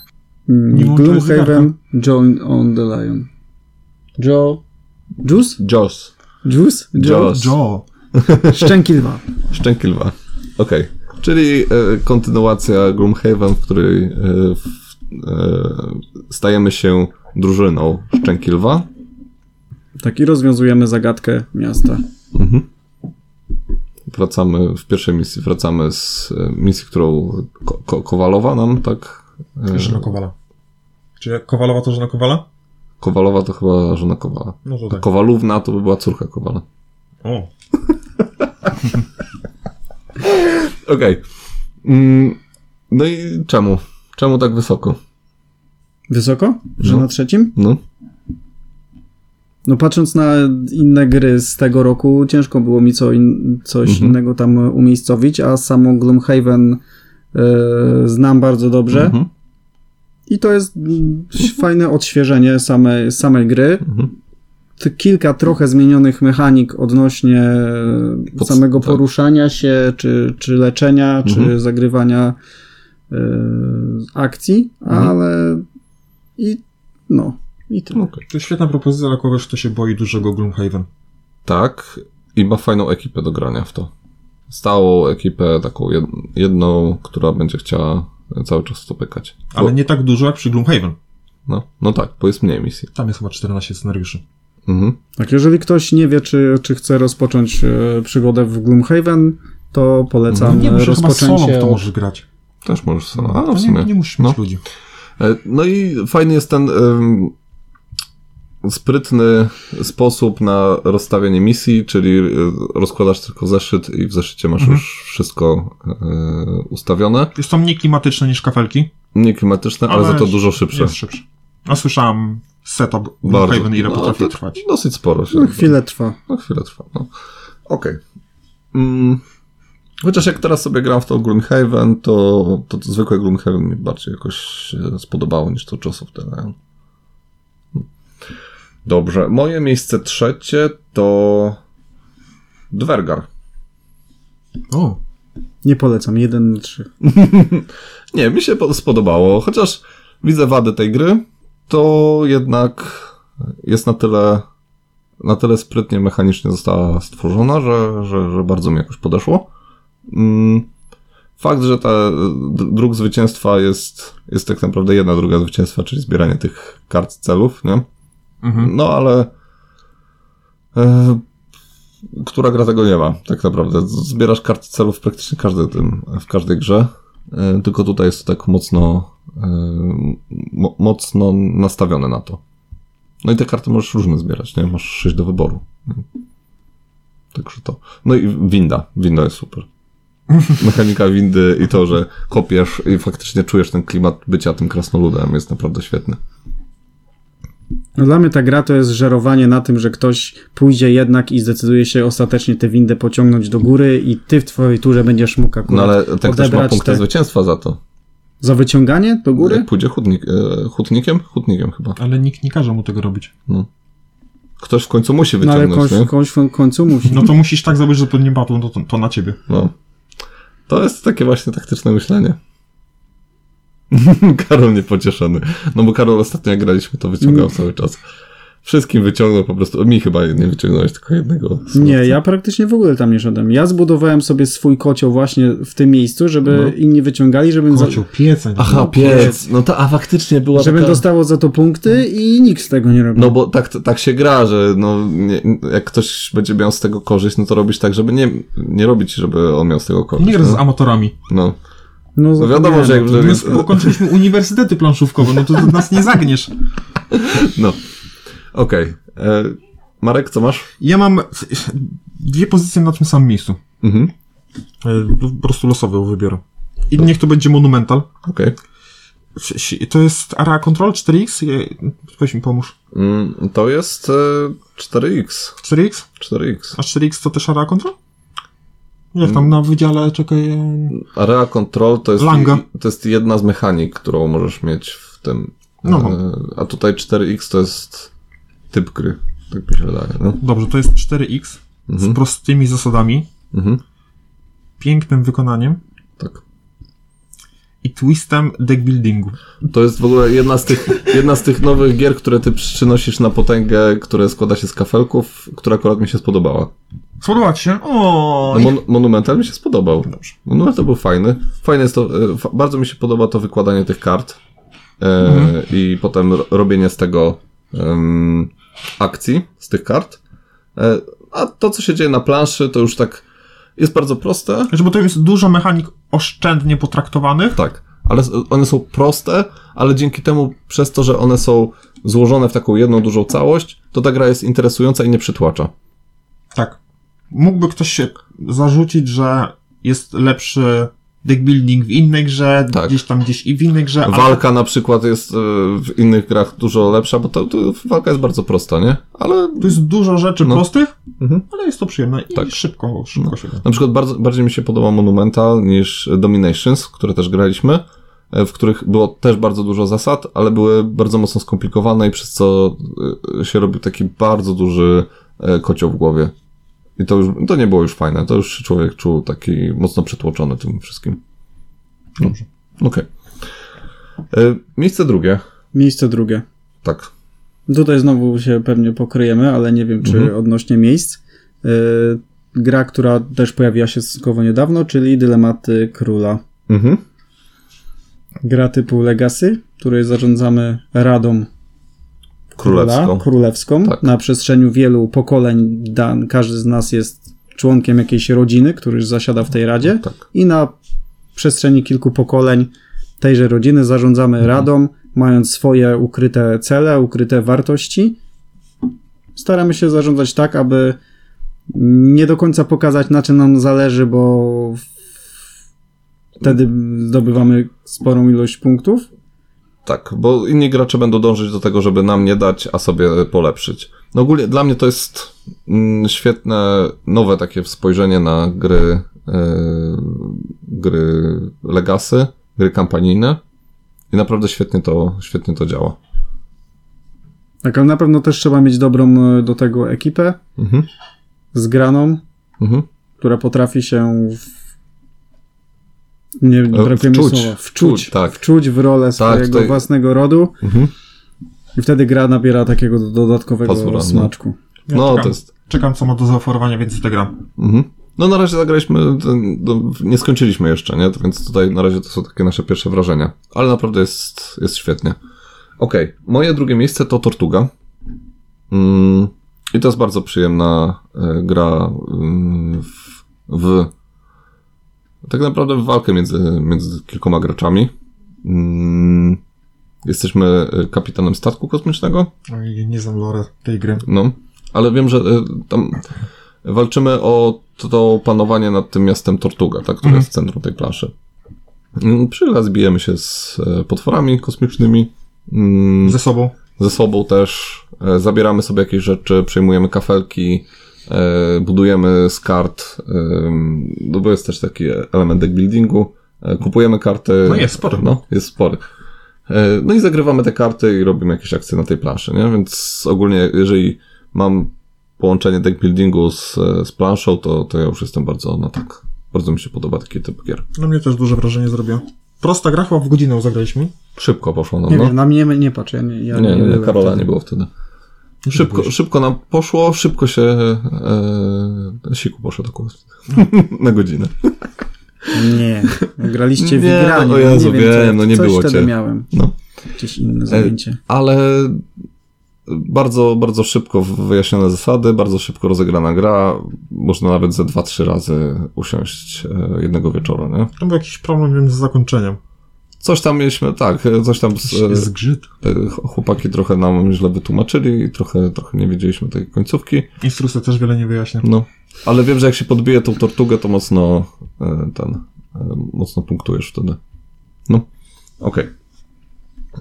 S2: Mhm. Nie włączyłeś
S3: Gloomhaven, Join on the Lion. Joe. Juice?
S1: Jaws.
S3: Juice? Joe.
S1: Jaws.
S2: Joe.
S3: Szczęki dwa.
S1: Szczęki lwa. Okej. Czyli e, kontynuacja Gloomhaven, w której e, w, e, stajemy się drużyną Szczęki lwa.
S3: Tak, i rozwiązujemy zagadkę miasta.
S1: Mhm. Wracamy w pierwszej misji, wracamy z e, misji, którą ko- ko- Kowalowa nam, tak? E,
S2: Żona Kowala. Czy jak Kowalowa to żona Kowala?
S1: Kowalowa to chyba żona Kowala.
S2: No to
S1: A Kowalówna to by była córka Kowala.
S2: O.
S1: Okej. Mm, no i czemu? Czemu tak wysoko?
S3: Wysoko? Że
S1: No.
S3: na trzecim?
S1: No.
S3: No patrząc na inne gry z tego roku, ciężko było mi co in, coś
S1: Mhm.
S3: innego tam umiejscowić, a samo Gloomhaven e, znam bardzo dobrze.
S1: Mhm.
S3: I to jest mm, fajne odświeżenie samej, samej gry.
S1: Mhm.
S3: Ty- Kilka trochę zmienionych mechanik odnośnie e,
S1: Pod-
S3: samego
S1: tak.
S3: poruszania się, czy, czy leczenia,
S1: Mhm.
S3: czy zagrywania e, akcji,
S1: Mhm.
S3: ale i no, i tyle.
S1: Okej.
S2: To świetna propozycja dla kogoś, kto się boi dużego Gloomhaven.
S1: Tak. I ma fajną ekipę do grania w to. Stałą ekipę, taką jed- jedną, która będzie chciała cały czas to pykać. Bo,
S2: Ale nie tak dużo jak przy Gloomhaven.
S1: no, no tak, bo jest mniej misji.
S2: Tam jest chyba 14 scenariuszy.
S1: Mhm.
S3: Tak, jeżeli ktoś nie wie, czy, czy chce rozpocząć e, przygodę w Gloomhaven, to polecam
S2: nie
S3: nie,
S2: musisz chyba solą
S3: rozpoczęcie.
S2: w to
S3: od-
S2: możesz grać.
S1: Też możesz sama. A, no,
S2: To
S1: w
S2: nie,
S1: sumie.
S2: nie musisz mieć
S1: No.
S2: ludzi.
S1: E, No i fajny jest ten em, sprytny sposób na rozstawienie misji, czyli e, rozkładasz tylko zeszyt i w zeszycie masz
S2: Mhm.
S1: już wszystko e, ustawione.
S2: Jest to mniej klimatyczne niż kafelki.
S1: Nie klimatyczne, ale,
S2: Ale
S1: za to
S2: jest-
S1: dużo szybsze.
S2: Jest szybsze. A słyszałem setup
S1: Bardzo.
S2: Gloomhaven ile
S1: No,
S2: potrafi
S1: to-
S2: trwać.
S1: Dosyć sporo się.
S3: No, chwilę trwa.
S1: No, chwilę trwa. No. Okej. Mm. Chociaż jak teraz sobie gram w to Gloomhaven, to, to zwykłe Gloomhaven mi bardziej jakoś się spodobało niż to Jaws of the Lion. Dobrze. Moje miejsce trzecie to Dwergar.
S2: O.
S3: Nie polecam, jeden na trzy.
S1: Nie, mi się po- spodobało. Chociaż widzę wady tej gry, to jednak jest na tyle, na tyle sprytnie mechanicznie została stworzona, że, że, że bardzo mi jakoś podeszło. Mm, Fakt, że ta e, d- dróg zwycięstwa jest, jest tak naprawdę jedna druga zwycięstwa, czyli zbieranie tych kart celów, nie?
S2: Mhm.
S1: No ale. E, która gra tego nie ma, tak naprawdę. Zbierasz karty celów w praktycznie każdy tym, w każdej grze. E, tylko tutaj jest to tak mocno, e, mo, mocno nastawione na to. No i te karty możesz różne zbierać, nie? Masz 6 do wyboru. Także to. No i winda. Winda jest
S3: <laughs>
S1: super. Mechanika windy i to, że kopiesz i faktycznie czujesz ten klimat bycia tym krasnoludem jest naprawdę świetny.
S3: No dla mnie ta gra to jest żerowanie na tym, że ktoś pójdzie jednak i zdecyduje się ostatecznie tę windę pociągnąć do góry i ty w twojej turze będziesz mógł akurat
S1: No ale ten ktoś ma
S3: odebrać
S1: punkty
S3: te...
S1: zwycięstwa za to.
S3: Za wyciąganie do góry?
S1: Jak pójdzie hutnik, e, hutnikiem? Hutnikiem chyba.
S2: Ale nikt nie każe mu tego robić.
S1: Ktoś w końcu musi
S3: No ale
S1: wyciągnąć,
S3: kogoś,
S1: nie?
S3: kogoś w końcu
S1: <laughs>
S3: musi.
S2: No to musisz tak zrobić, że to nie padło, to, to, to na ciebie.
S1: No. To jest takie właśnie taktyczne
S3: <laughs>
S1: myślenie. Karol niepocieszony. No bo Karol ostatnio jak graliśmy, to wyciągał cały czas. Wszystkim wyciągnął po prostu. Mi chyba nie wyciągnąłeś tylko jednego.
S3: Nie, ja praktycznie w ogóle tam nie szedłem. Ja zbudowałem sobie swój kocioł właśnie w tym miejscu, żeby
S1: No.
S3: inni wyciągali, żebym, za...
S2: pieceń.
S1: Aha, piec. No to, a faktycznie była
S3: żebym
S1: taka...
S3: dostało za to punkty i nikt z tego nie robił.
S1: No bo tak, tak się gra, że no, nie, jak ktoś będzie miał z tego korzyść, no to robisz tak, żeby nie, nie robić, żeby on miał z tego korzyść.
S2: Nie gra z
S1: no.
S2: amatorami.
S1: no.
S3: No,
S1: No wiadomo,
S3: zapomniałem.
S1: że jak...
S2: My
S1: Że,
S2: ukończyliśmy uniwersytety planszówkowe, no to do nas nie zagniesz.
S1: no. Okej. E, Marek, co masz?
S2: Ja mam dwie pozycje na tym samym miejscu.
S1: Mhm.
S2: E, Po prostu losowy wybiorę. I niech to będzie Monumental.
S1: Okej.
S2: To jest Area Control 4X? E, Weź mi pomóż.
S1: Mm, to jest e, 4X.
S2: 4X?
S1: 4X.
S2: A 4X to też Area Control? Jak tam na wydziale, czekaj... e,
S1: Area Control to jest,
S2: Langa.
S1: to jest jedna z mechanik, którą możesz mieć w tym.
S2: No.
S1: E, a tutaj 4X to jest typ gry. Tak mi się wydaje. No.
S2: Dobrze, to jest 4X
S1: Mhm.
S2: z prostymi zasadami,
S1: Mhm.
S2: pięknym wykonaniem
S1: Tak.
S2: i twistem deckbuildingu.
S1: To jest w ogóle jedna z, tych, <laughs> jedna z tych nowych gier, które ty przynosisz na potęgę, które składa się z kafelków, która akurat mi się spodobała.
S2: Spodobał ci się? O,
S1: No, mon- monumental mi się spodobał.
S2: Dobrze.
S1: Monumental No, był fajny. Fajne jest to, e, fa- bardzo mi się podoba to wykładanie tych kart e, i potem ro- robienie z tego em, akcji, z tych kart. E, a to, co się dzieje na planszy, to już tak jest bardzo proste.
S2: Znaczy, bo to jest dużo mechanik oszczędnie potraktowanych.
S1: Tak, ale s- one są proste, ale dzięki temu, przez to, że one są złożone w taką jedną dużą całość, to ta gra jest interesująca i nie przytłacza.
S2: Tak. Mógłby ktoś się zarzucić, że jest lepszy deckbuilding w innej grze,
S1: Tak.
S2: gdzieś tam gdzieś i w innej grze, ale
S1: Walka na przykład jest y, w innych grach dużo lepsza, bo to, to walka jest bardzo prosta, nie? Ale
S2: tu jest dużo rzeczy
S1: No.
S2: prostych,
S1: Mhm.
S2: ale jest to przyjemne i
S1: Tak.
S2: szybko, szybko się da.
S1: na przykład bardzo, bardziej mi się podoba Monumental niż Dominations, które też graliśmy, e, w których było też bardzo dużo zasad, ale były bardzo mocno skomplikowane i przez co y, się robił taki bardzo duży e, kocioł w głowie. I to już, to nie było już fajne, to już się człowiek czuł taki mocno przytłoczony tym wszystkim.
S2: Dobrze.
S1: Okej. E, Miejsce drugie,
S3: Miejsce drugie.
S1: tak.
S3: Tutaj znowu się pewnie pokryjemy, ale nie wiem, czy
S1: Mhm.
S3: odnośnie miejsc. Yy, gra, która też pojawiła się stosunkowo niedawno, czyli Dylematy Króla.
S1: Mhm.
S3: Gra typu Legacy, której zarządzamy Radą
S1: Królewską.
S3: Króla, królewską.
S1: Tak.
S3: Na przestrzeni wielu pokoleń dan, każdy z nas jest członkiem jakiejś rodziny, który zasiada w tej radzie
S1: Tak.
S3: i na przestrzeni kilku pokoleń tejże rodziny zarządzamy radą, mając swoje ukryte cele, ukryte wartości. Staramy się zarządzać tak, aby nie do końca pokazać, na czym nam zależy, bo wtedy zdobywamy sporą ilość punktów.
S1: Tak, bo inni gracze będą dążyć do tego, żeby nam nie dać, a sobie polepszyć. No ogólnie dla mnie to jest mm, świetne, nowe takie spojrzenie na gry, e, gry Legacy, gry kampanijne i naprawdę świetnie to, świetnie to działa.
S3: Tak, ale na pewno też trzeba mieć dobrą e, do tego ekipę
S1: Mhm,
S3: zgraną,
S1: mhm.
S3: która potrafi się w... nie brakuje mi
S1: E, wczuć,
S3: słowa,
S1: wczuć,
S3: wczuć,
S1: tak.
S3: wczuć w rolę swojego
S1: tutaj-
S3: własnego rodu
S1: Mhm.
S3: i wtedy gra nabiera takiego do- dodatkowego
S1: Pozwala, no.
S3: smaczku.
S2: Ja
S1: No,
S2: czekam,
S1: to jest...
S2: czekam, co ma do zaoferowania więcej ta gra.
S1: Mhm. No na razie zagraliśmy, ten- no, nie skończyliśmy jeszcze, nie? To Więc tutaj na razie to są takie nasze pierwsze wrażenia. Ale naprawdę jest, jest świetnie. Okej, moje drugie miejsce to Tortuga. Mm, I to jest bardzo przyjemna e, gra mm, w, w tak naprawdę w walkę między, między kilkoma graczami. Mm, jesteśmy e, kapitanem statku kosmicznego,
S2: Oj, No nie znam lore tej gry.
S1: no, ale wiem, że e, tam walczymy o to, to panowanie nad tym miastem Tortuga, tak, które
S2: Mhm.
S1: jest w centrum tej planszy. Mm, Przy raz bijemy się z e, potworami kosmicznymi. Mm,
S2: Ze sobą.
S1: ze sobą też. E, Zabieramy sobie jakieś rzeczy, przejmujemy kafelki, e, budujemy z kart, em, no bo jest też taki element deck buildingu. E, Kupujemy karty.
S2: No jest spory.
S1: No, jest spory. E, No i zagrywamy te karty i robimy jakieś akcje na tej planszy, nie? Więc ogólnie, jeżeli mam połączenie deck buildingu z, z planszą, to, to ja już jestem bardzo, no tak, bardzo mi się podoba taki typ gier.
S2: Na No mnie też duże wrażenie zrobiło. Prosta gra, chyba w godzinę zagraliśmy.
S1: Szybko poszło nam,
S3: Nie
S1: no.
S3: wiem, na mnie nie, nie patrz, ja nie, ja
S1: Nie, nie,
S3: byłem
S1: nie Karola
S3: wtedy.
S1: nie było wtedy. Szybko, szybko nam poszło, szybko się e, siku poszedł akurat. <laughs> na godzinę.
S3: Nie, graliście w
S1: Nie,
S3: granie.
S1: no, o Jezu,
S3: nie wiem, co-
S1: wiem, no nie
S3: coś
S1: było
S3: wtedy
S1: cię.
S3: miałem.
S1: No.
S3: Gdzieś inne zajęcie.
S1: Ale bardzo, bardzo szybko wyjaśnione zasady, bardzo szybko rozegrana gra. Można nawet ze dwa, trzy razy usiąść e, jednego wieczoru, nie?
S2: Tam był jakiś problem wiem, z zakończeniem.
S1: Coś tam mieliśmy, tak, e, coś tam z, e,
S2: Zgrzyt.
S1: e, chłopaki trochę nam źle wytłumaczyli i trochę, trochę nie widzieliśmy tej końcówki.
S2: Instrukcja też wiele nie wyjaśnia.
S1: No, ale wiem, że jak się podbije tą tortugę, to mocno e, ten, e, mocno punktujesz wtedy. No, okej.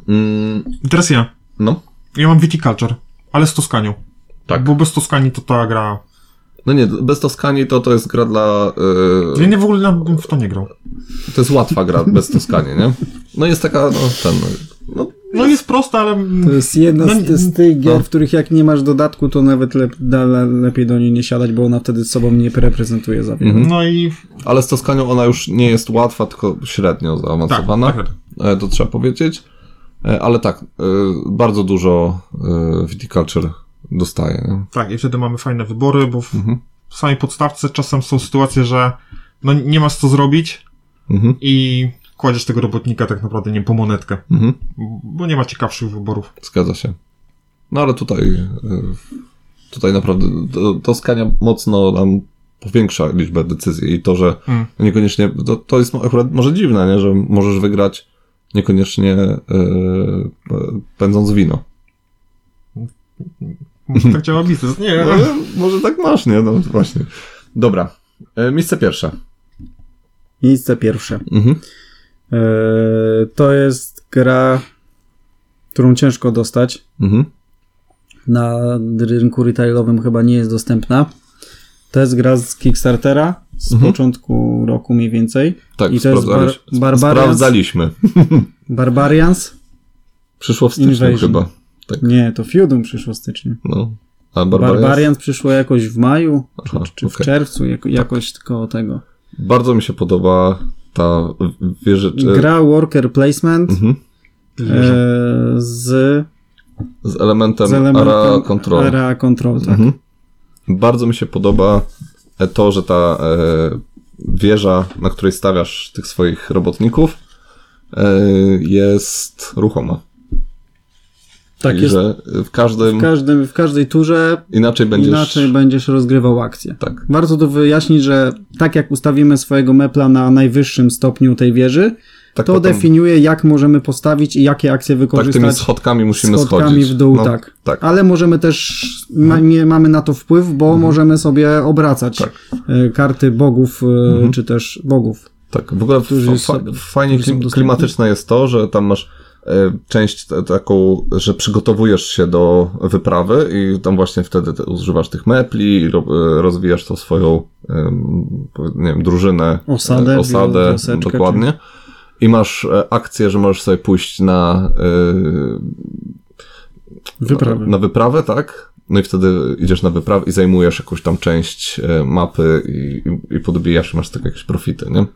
S1: Mm,
S2: I teraz ja.
S1: no,
S2: Ja mam Viticulture, ale z Toskanią.
S1: Tak.
S2: Bo bez Toskanii to ta gra...
S1: no nie, bez Toskanii to to jest gra dla...
S2: Ja
S1: E,
S2: nie w ogóle nawet bym w to nie grał.
S1: to jest łatwa gra bez Toskanii, nie? No jest taka, no ten... No,
S2: No jest prosta, ale...
S3: To jest jedna
S2: No
S3: z,
S2: nie-
S3: z tych gier, w których jak nie masz dodatku, to nawet lep, da, le, lepiej do niej nie siadać, bo ona wtedy z sobą nie reprezentuje za wiele.
S1: Mhm.
S2: No i...
S1: ale z Toskanią ona już nie jest łatwa, tylko średnio
S2: Tak,
S1: zaawansowana.
S2: tak, tak.
S1: E, to trzeba powiedzieć. E, Ale tak, e, bardzo dużo e, Viticulture dostaje, nie?
S2: tak, i wtedy mamy fajne wybory, bo w
S1: Mhm.
S2: w samej podstawce czasem są sytuacje, że no nie masz co zrobić
S1: Mhm,
S2: i kładziesz tego robotnika tak naprawdę nie po monetkę,
S1: mhm.
S2: bo nie ma ciekawszych wyborów.
S1: Zgadza się. No ale tutaj, y, tutaj naprawdę to- Toskania mocno nam powiększa liczbę decyzji i to, że
S3: Hmm.
S2: Mm.
S1: niekoniecznie, to, to jest akurat może dziwne, nie? że możesz wygrać niekoniecznie y, p- pędząc wino.
S2: Może tak działa biznes, nie
S1: Mhm. No, ale może tak masz, nie? No właśnie. Dobra. E, Miejsce pierwsze.
S3: Miejsce pierwsze.
S1: Mhm.
S3: Eee, to jest gra, którą ciężko dostać.
S1: Mhm.
S3: Na rynku retailowym chyba nie jest dostępna. To jest gra z Kickstartera z
S1: Mhm.
S3: początku roku mniej więcej.
S1: Tak,
S3: I to jest bar-
S1: sprawdzaliśmy.
S3: Barbarians?
S1: sprawdzaliśmy.
S3: Barbarians?
S1: Przyszło w styczniu
S3: Invasion.
S1: chyba. Tak,
S3: Nie, to Feudum przyszło w styczniu.
S1: no. A Barbarians?
S3: Barbarians przyszło jakoś w maju,
S1: Aha,
S3: czy, czy w
S1: okej.
S3: czerwcu, jako, jakoś koło tego.
S1: Bardzo mi się podoba ta e, wieżyczka.
S3: Gra worker placement
S1: Mhm.
S2: Leży.
S3: e, z,
S1: Z elementem,
S3: z elementem
S1: ara control.
S3: Area control, tak.
S1: Mhm. Bardzo mi się podoba e, to, że ta e, wieża, na której stawiasz tych swoich robotników, e, jest ruchoma.
S3: Tak
S1: I
S3: jest.
S1: że w każdym
S3: W, każdym, w każdej turze
S1: inaczej będziesz.
S3: inaczej będziesz rozgrywał akcję.
S1: Tak.
S3: Warto to wyjaśnić, że tak jak ustawimy swojego mepla na najwyższym stopniu tej wieży,
S1: tak
S3: to
S1: potem-
S3: definiuje jak możemy postawić i jakie akcje
S1: Tak, tymi
S3: wykorzystać
S1: schodkami musimy
S3: schodkami
S1: schodzić.
S3: w dół,
S1: No,
S3: tak.
S1: tak. Mhm.
S3: Ale możemy też, ma, nie mamy na to wpływ, bo możemy sobie obracać
S1: Tak. Mhm.
S3: e, karty bogów, e, czy też bogów.
S1: Tak, w ogóle f-
S3: Którzy
S1: fa-
S3: są-
S1: fajnie
S3: którzy są
S1: klim-
S3: dostępni?
S1: klimatyczne jest to, że tam masz e, część t- taką, że przygotowujesz się do wyprawy i tam właśnie wtedy te, używasz tych mepli i ro, e, rozwijasz tą swoją em, powie- nie wiem, drużynę,
S3: Osadę,
S1: e, osadę
S3: wioseczkę,
S1: dokładnie. I masz e, akcję, że możesz sobie pójść na, e,
S3: Wyprawy.
S1: na wyprawę, tak? No i wtedy idziesz na wyprawę i zajmujesz jakąś tam część e, mapy i, i, i podbijasz i masz tak jakieś profity, nie?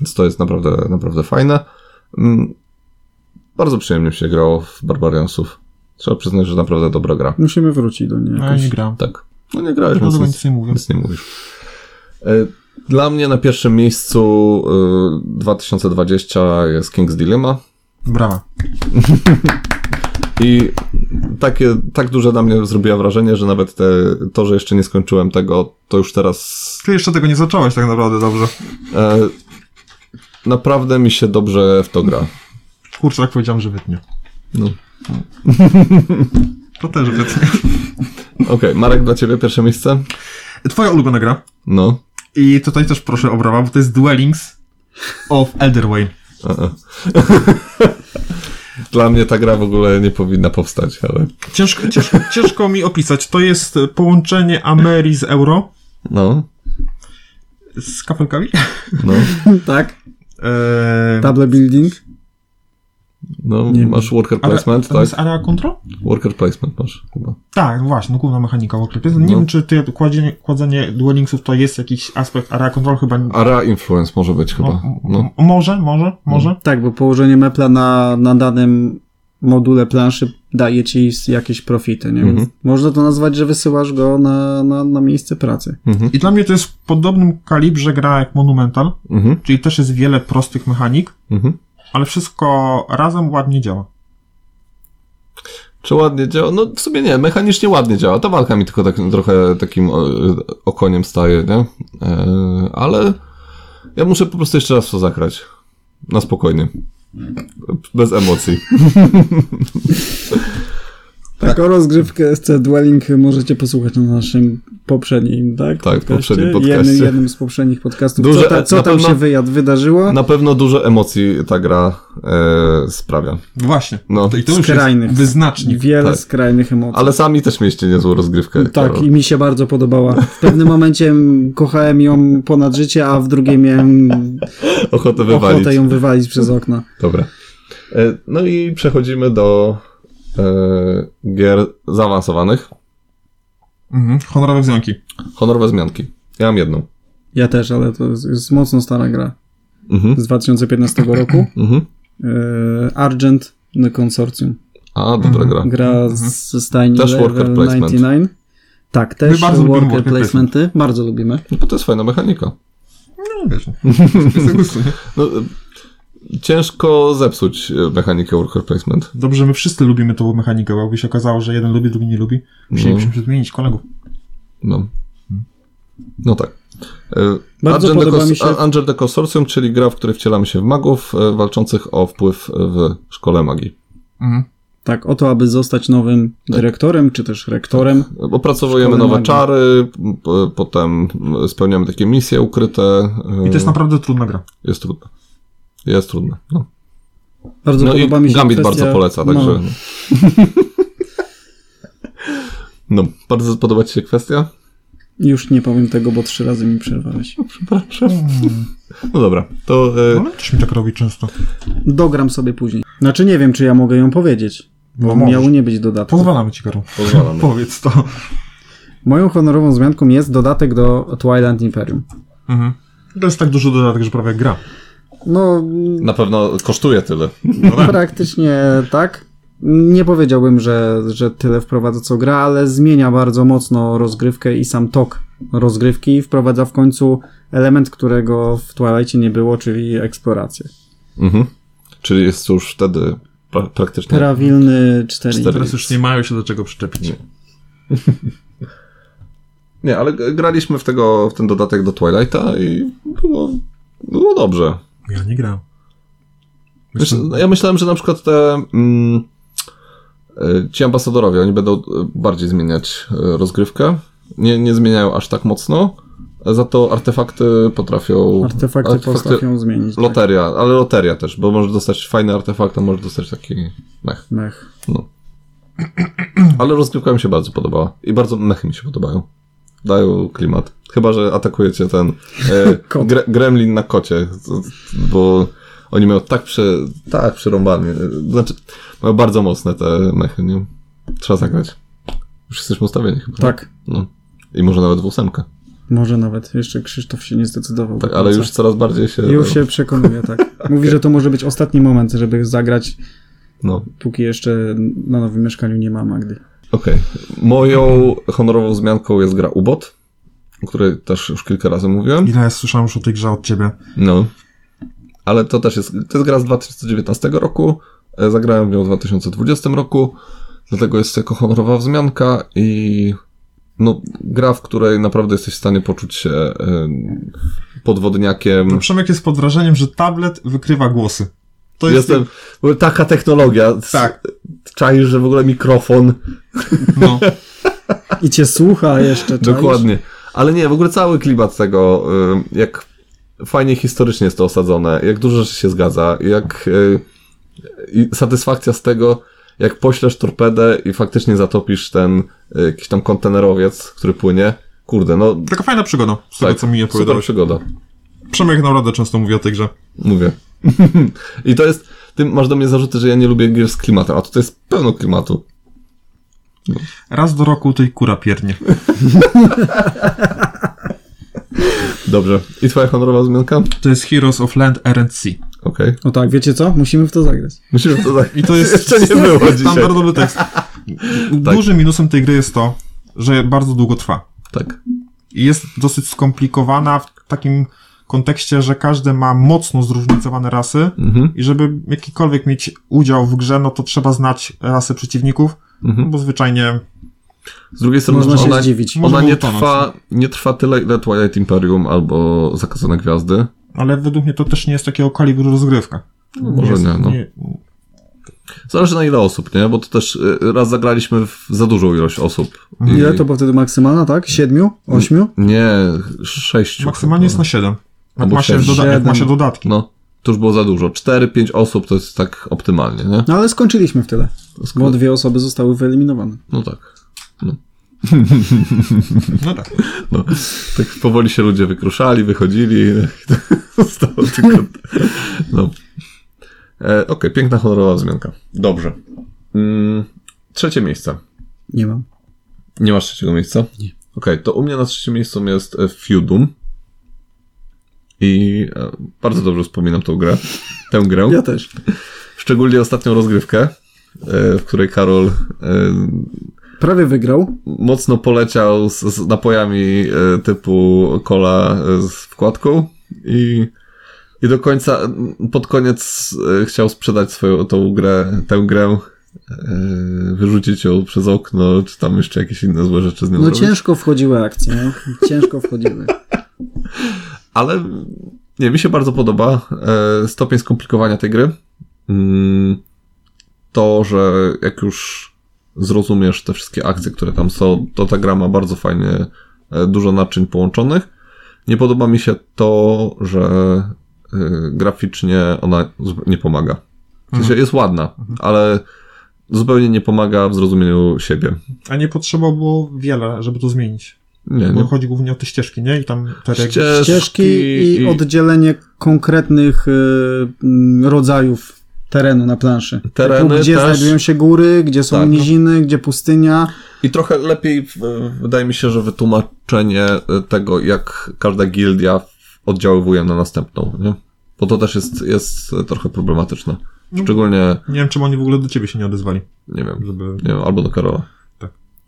S1: Więc to jest naprawdę, naprawdę fajne. Mm, Bardzo przyjemnie mi się grało w Barbariansów. Trzeba przyznać, że naprawdę dobra gra.
S3: Musimy wrócić do niej
S2: No ja
S3: jakoś.
S2: nie grałem.
S1: Tak. No nie grałeś,
S2: No
S1: więc
S2: dobra,
S1: nic,
S2: nic nie mówię.
S1: nic nie mówisz. E, Dla mnie na pierwszym miejscu y, 2020 jest King's Dilemma
S2: Brawa.
S1: i takie, tak duże na mnie zrobiła wrażenie, że nawet te, to, że jeszcze nie skończyłem tego, to już teraz
S2: Ty jeszcze tego nie zacząłeś tak naprawdę dobrze.
S1: e, naprawdę mi się dobrze w to gra.
S2: Kurczę, jak powiedziałem, że wytnie.
S1: No.
S2: <laughs> To też wytnie.
S1: Okej, Marek, dla ciebie pierwsze miejsce?
S2: Twoja ulubiona gra.
S1: No.
S2: I tutaj też proszę o brawa, bo to jest Dwellings of Elderway.
S1: E, e. Dla mnie ta gra w ogóle nie powinna powstać, ale
S2: Ciężko, ciężko, <laughs> ciężko mi opisać. To jest połączenie Ameri z Euro
S1: no,
S2: z kafelkami. <laughs>
S1: no,
S3: <laughs> tak?
S1: Tak,
S2: Eee,
S3: Table building?
S1: no
S3: Nie.
S1: masz worker
S2: ale,
S1: placement,
S2: to jest
S1: tak?
S2: area control?
S1: Worker placement masz chyba.
S2: Tak, no właśnie, no główna mechanika w ogóle. Nie
S1: No.
S2: wiem, czy ty, kładzenie, kładzenie duelingsów to jest jakiś aspekt area control chyba. nie-
S1: Area influence może być chyba.
S2: o- o-
S1: No.
S2: Może, może, może.
S3: Tak, bo położenie mepla na, na danym module planszy daje ci s- jakieś profity, nie? Więc
S1: Mhm.
S3: Można to nazwać, że wysyłasz go na, na, na miejsce pracy.
S1: Mhm.
S2: I dla mnie to jest w podobnym kalibrze gra jak Monumental,
S1: Mhm.
S2: czyli też jest wiele prostych mechanik,
S1: Mhm.
S2: ale wszystko razem ładnie działa.
S1: Czy ładnie działa? No w sumie nie, mechanicznie ładnie działa. Ta walka mi tylko tak, trochę takim o- okoniem staje, nie? E, ale ja muszę po prostu jeszcze raz w to zagrać. Na spokojnie. Bez emocji.
S3: Tak, o rozgrywkę SC Dwelling możecie posłuchać na naszym poprzednim, tak?
S1: Tak, poprzednim
S3: Jednym,
S1: podcaście.
S3: jednym z poprzednich podcastów.
S1: Duże- e-
S3: co ta, co
S1: na
S3: tam
S1: pewno-
S3: się wyjad wydarzyło?
S1: Na pewno dużo emocji ta gra e, sprawia.
S2: Właśnie.
S1: No.
S2: To- I to już
S3: Skrajnych.
S2: jest wyznacznik.
S3: Wiele
S1: tak.
S3: skrajnych emocji.
S1: Ale sami też mieliście niezłą rozgrywkę.
S3: Tak,
S1: Karol.
S3: i mi się bardzo podobała. W pewnym momencie m, kochałem ją ponad życie, a w drugiej miałem
S1: Ochotę wywalić.
S3: ochotę ją wywalić przez okno.
S1: Dobra. E, No i przechodzimy do e, gier zaawansowanych.
S2: Mhm. Honorowe wzmianki.
S1: Honorowe zmianki. Ja mam jedną.
S3: Ja też, ale to jest, jest mocno stara gra.
S1: Mhm.
S3: Z 2015 roku.
S1: Mhm.
S3: Yy, Argent The Consortium.
S1: A,
S3: Mhm.
S1: dobra gra.
S3: Gra z, ze stajni
S1: Mhm. Też
S3: Level
S1: worker placement.
S3: 99. Tak, też
S2: My bardzo lubimy
S3: worker
S2: worker
S3: placementy. Bardzo lubimy.
S1: No to jest fajna mechanika.
S2: No
S1: <laughs>
S2: wiesz, jest gustu, nie?
S1: No, e, ciężko zepsuć e, mechanikę worker placement.
S2: Dobrze, my wszyscy lubimy tą mechanikę, bo jakby się okazało, że jeden lubi, drugi nie lubi, musielibyśmy się zmienić kolegów.
S1: No. No tak. E,
S3: Bardzo
S1: Angel the
S3: podoba
S1: Cons-
S3: mi się-
S1: A- Angel the Consortium, czyli gra, w której wcielamy się w magów e, walczących o wpływ w szkole magii.
S2: Mhm.
S3: Tak, o to, aby zostać nowym
S1: Tak.
S3: dyrektorem, czy też rektorem.
S1: Opracowujemy
S3: Szkoły
S1: nowe
S3: magii.
S1: czary, m, p- y, potem m, spełniamy takie misje ukryte. e,
S2: I to jest naprawdę trudna gra.
S1: Jest trudne. Jest trudne. No,
S3: Bardzo
S1: no i
S3: podoba mi się
S1: Gambit
S3: kwestia...
S1: bardzo poleca, także.
S3: No,
S1: <laughs> No, bardzo podoba Ci się kwestia?
S3: już nie powiem tego, bo trzy razy mi przerwałeś.
S1: Przepraszam.
S3: Hmm.
S1: No dobra, to.
S2: No,
S1: E,
S2: ale też mi tak robi często.
S3: Dogram sobie później. Znaczy nie wiem, czy ja mogę ją powiedzieć. Bo
S2: No możesz.
S3: miał nie być dodatku.
S2: Pozwalamy ci, Karol.
S1: Pozwalamy.
S2: <laughs> Powiedz to.
S3: Moją honorową zmianką jest dodatek do Twilight Imperium.
S2: Mhm. To jest tak dużo dodatek, że prawie jak gra.
S3: No, mm,
S1: na pewno kosztuje tyle.
S3: praktycznie tak. Nie powiedziałbym, że, że tyle wprowadza co gra, ale zmienia bardzo mocno rozgrywkę i sam tok rozgrywki. Wprowadza w końcu element, którego w Twilightie nie było, czyli eksplorację.
S1: Mhm. Czyli jest już wtedy pra- praktycznie.
S3: Prawilny 4.
S1: Cztery.
S2: Teraz już nie mają się do czego przyczepić.
S1: Nie, ale g- graliśmy w, tego, w ten dodatek do Twilighta i było, było dobrze.
S2: Ja nie grałem.
S1: Wiesz, no ja myślałem, że na przykład te. Mm, e, ci ambasadorowie, oni będą e, bardziej zmieniać e, rozgrywkę. Nie, nie zmieniają aż tak mocno. e, Za to artefakty potrafią.
S3: Artefakty, potrafią zmienić. tak.
S1: Loteria, ale loteria też, bo możesz dostać fajny artefakt, a możesz dostać taki mech.
S3: Mech.
S1: Ale rozgrywka mi się bardzo podobała. I bardzo mechy mi się podobają. Dają klimat. Chyba, że atakujecie ten e,
S3: <laughs> Kot.
S1: gre, gremlin na kocie, to- bo oni mają tak, prze, tak przerąbany. Znaczy, mają bardzo mocne te mechy, nie? Trzeba zagrać. Już jesteśmy ustawieni chyba.
S3: Tak.
S1: No. I może nawet w ósemkę.
S3: Może nawet. Jeszcze Krzysztof się nie zdecydował.
S1: Tak,
S3: do
S1: ale
S3: końca.
S1: już coraz bardziej się...
S3: Już się przekonuje, tak. Mówi, że to może być ostatni moment, żeby zagrać,
S1: No.
S3: póki jeszcze na nowym mieszkaniu nie ma Magdy.
S1: Okej. Moją honorową wzmianką jest gra UBOT, o której też już kilka razy mówiłem.
S2: Ile ja słyszałem już o tej grze od ciebie?
S1: No. Ale to też jest, to jest gra z 2019 roku. E, Zagrałem w nią w 2020 roku. Dlatego jest to jako honorowa wzmianka i no, gra, w której naprawdę jesteś w stanie poczuć się e, podwodniakiem.
S2: No, Przemek jest pod wrażeniem, że tablet wykrywa głosy. To jest... <laughs>
S1: Jestem, w ogóle taka technologia.
S2: Tak.
S1: Czaisz, że w ogóle mikrofon.
S2: No.
S3: I cię słucha jeszcze, czaisz?
S1: Dokładnie. Ale nie, w ogóle cały klimat tego, y, jak fajnie historycznie jest to osadzone, jak dużo rzeczy się zgadza, jak y, I satysfakcja z tego, jak poślesz torpedę i faktycznie zatopisz ten y, jakiś tam kontenerowiec, który płynie. Kurde, no
S2: Taka fajna przygoda, z tego
S1: tak,
S2: co mi
S1: super
S2: opowiadałeś.
S1: przygoda.
S2: Przemek naprawdę często mówi o tej grze.
S1: Mówię. <laughs> I to jest. Ty masz do mnie zarzuty, że ja nie lubię gier z klimatem, a tutaj jest pełno klimatu.
S2: Raz do roku tej kura piernie.
S1: Dobrze. I twoja honorowa wzmianka? Okej.
S2: To jest Heroes of Land RNC.
S3: O tak, wiecie co? Musimy w to zagrać.
S1: Myślę, że to tak.
S2: I to
S1: <laughs>
S2: jest
S1: Jeszcze nie było dzisiaj. Tak.
S2: standardowy tekst. Dużym minusem tej gry jest to, że bardzo długo trwa.
S1: Tak.
S2: I jest dosyć skomplikowana w takim kontekście, że każdy ma mocno zróżnicowane rasy
S1: Mhm.
S2: i żeby jakikolwiek mieć udział w grze, no to trzeba znać rasy przeciwników,
S1: Mhm.
S2: bo zwyczajnie
S1: Z drugiej strony
S3: Można się
S1: ona,
S3: zdziwić.
S1: ona
S2: Można
S1: nie,
S2: utonąć. no.
S1: trwa, nie trwa tyle, ile Twilight Imperium albo Zakazane Gwiazdy.
S2: Ale według mnie to też nie jest takiego kalibru rozgrywka.
S1: może
S2: jest,
S1: nie, no. Zależy na ile osób, nie? Bo to też y, raz zagraliśmy w za dużą ilość osób. I...
S3: Ile Mhm. to była wtedy maksymalna, tak? Siedmiu? Ośmiu?
S1: Nie, sześciu.
S2: Maksymalnie jest na 7. Jak
S1: Albo
S2: ma się,
S1: sześć.
S2: doda- jak ma się
S3: Siedem.
S2: dodatki.
S1: No, to już było za dużo. Cztery, pięć osób to jest tak optymalnie, nie?
S3: No ale skończyliśmy w tyle, bo
S1: No,
S3: dwie osoby zostały wyeliminowane.
S1: no tak.
S2: No tak.
S1: No. Tak powoli się ludzie wykruszali, wychodzili. <laughs> Zostało tylko... No. E, Okej, piękna, honorowa wzmianka. Dobrze. Mm, trzecie miejsce.
S3: Nie mam.
S1: Nie masz trzeciego miejsca? Nie. Okej, to u mnie na trzecim miejscu jest e, Feudum. I e, bardzo dobrze wspominam tą grę. Tę grę.
S3: Ja też.
S1: Szczególnie ostatnią rozgrywkę, e, w której Karol e,
S3: Prawie wygrał.
S1: mocno poleciał z, z napojami e, typu cola e, z wkładką i, i do końca, m, pod koniec e, chciał sprzedać swoją tą grę, tę grę, e, wyrzucić ją przez okno, czy tam jeszcze jakieś inne złe rzeczy z nią
S3: No
S1: zrobić.
S3: ciężko wchodziły akcje, no.
S1: <laughs>
S3: Ciężko wchodziły.
S1: Ale nie, mi się bardzo podoba e, stopień skomplikowania tej gry. Mm, To, że jak już zrozumiesz te wszystkie akcje, które tam są, to ta gra ma bardzo fajnie e, dużo naczyń połączonych. Nie podoba mi się to, że e, graficznie ona zup- nie pomaga. W sensie jest ładna, ale zupełnie nie pomaga w zrozumieniu siebie.
S2: A nie potrzeba było wiele, żeby to zmienić.
S1: Nie,
S2: Bo
S1: nie.
S2: chodzi głównie o te ścieżki, nie? I tam te regi-
S1: Ście-
S3: Ścieżki
S1: i-
S3: i oddzielenie konkretnych y, mm, rodzajów terenu na planszy.
S1: Tereny
S3: Typu, gdzie
S1: też.
S3: znajdują się góry, gdzie są
S1: Tak.
S3: niziny, gdzie pustynia.
S1: I trochę lepiej, w- wydaje mi się, że wytłumaczenie e, tego, jak każda gildia w- oddziaływuje na następną, nie? Bo to też jest, jest e, trochę problematyczne. Szczególnie,
S2: Nie wiem, czemu oni w ogóle do ciebie się nie odezwali,
S1: nie wiem,
S2: żeby,
S1: nie wiem albo do Karola,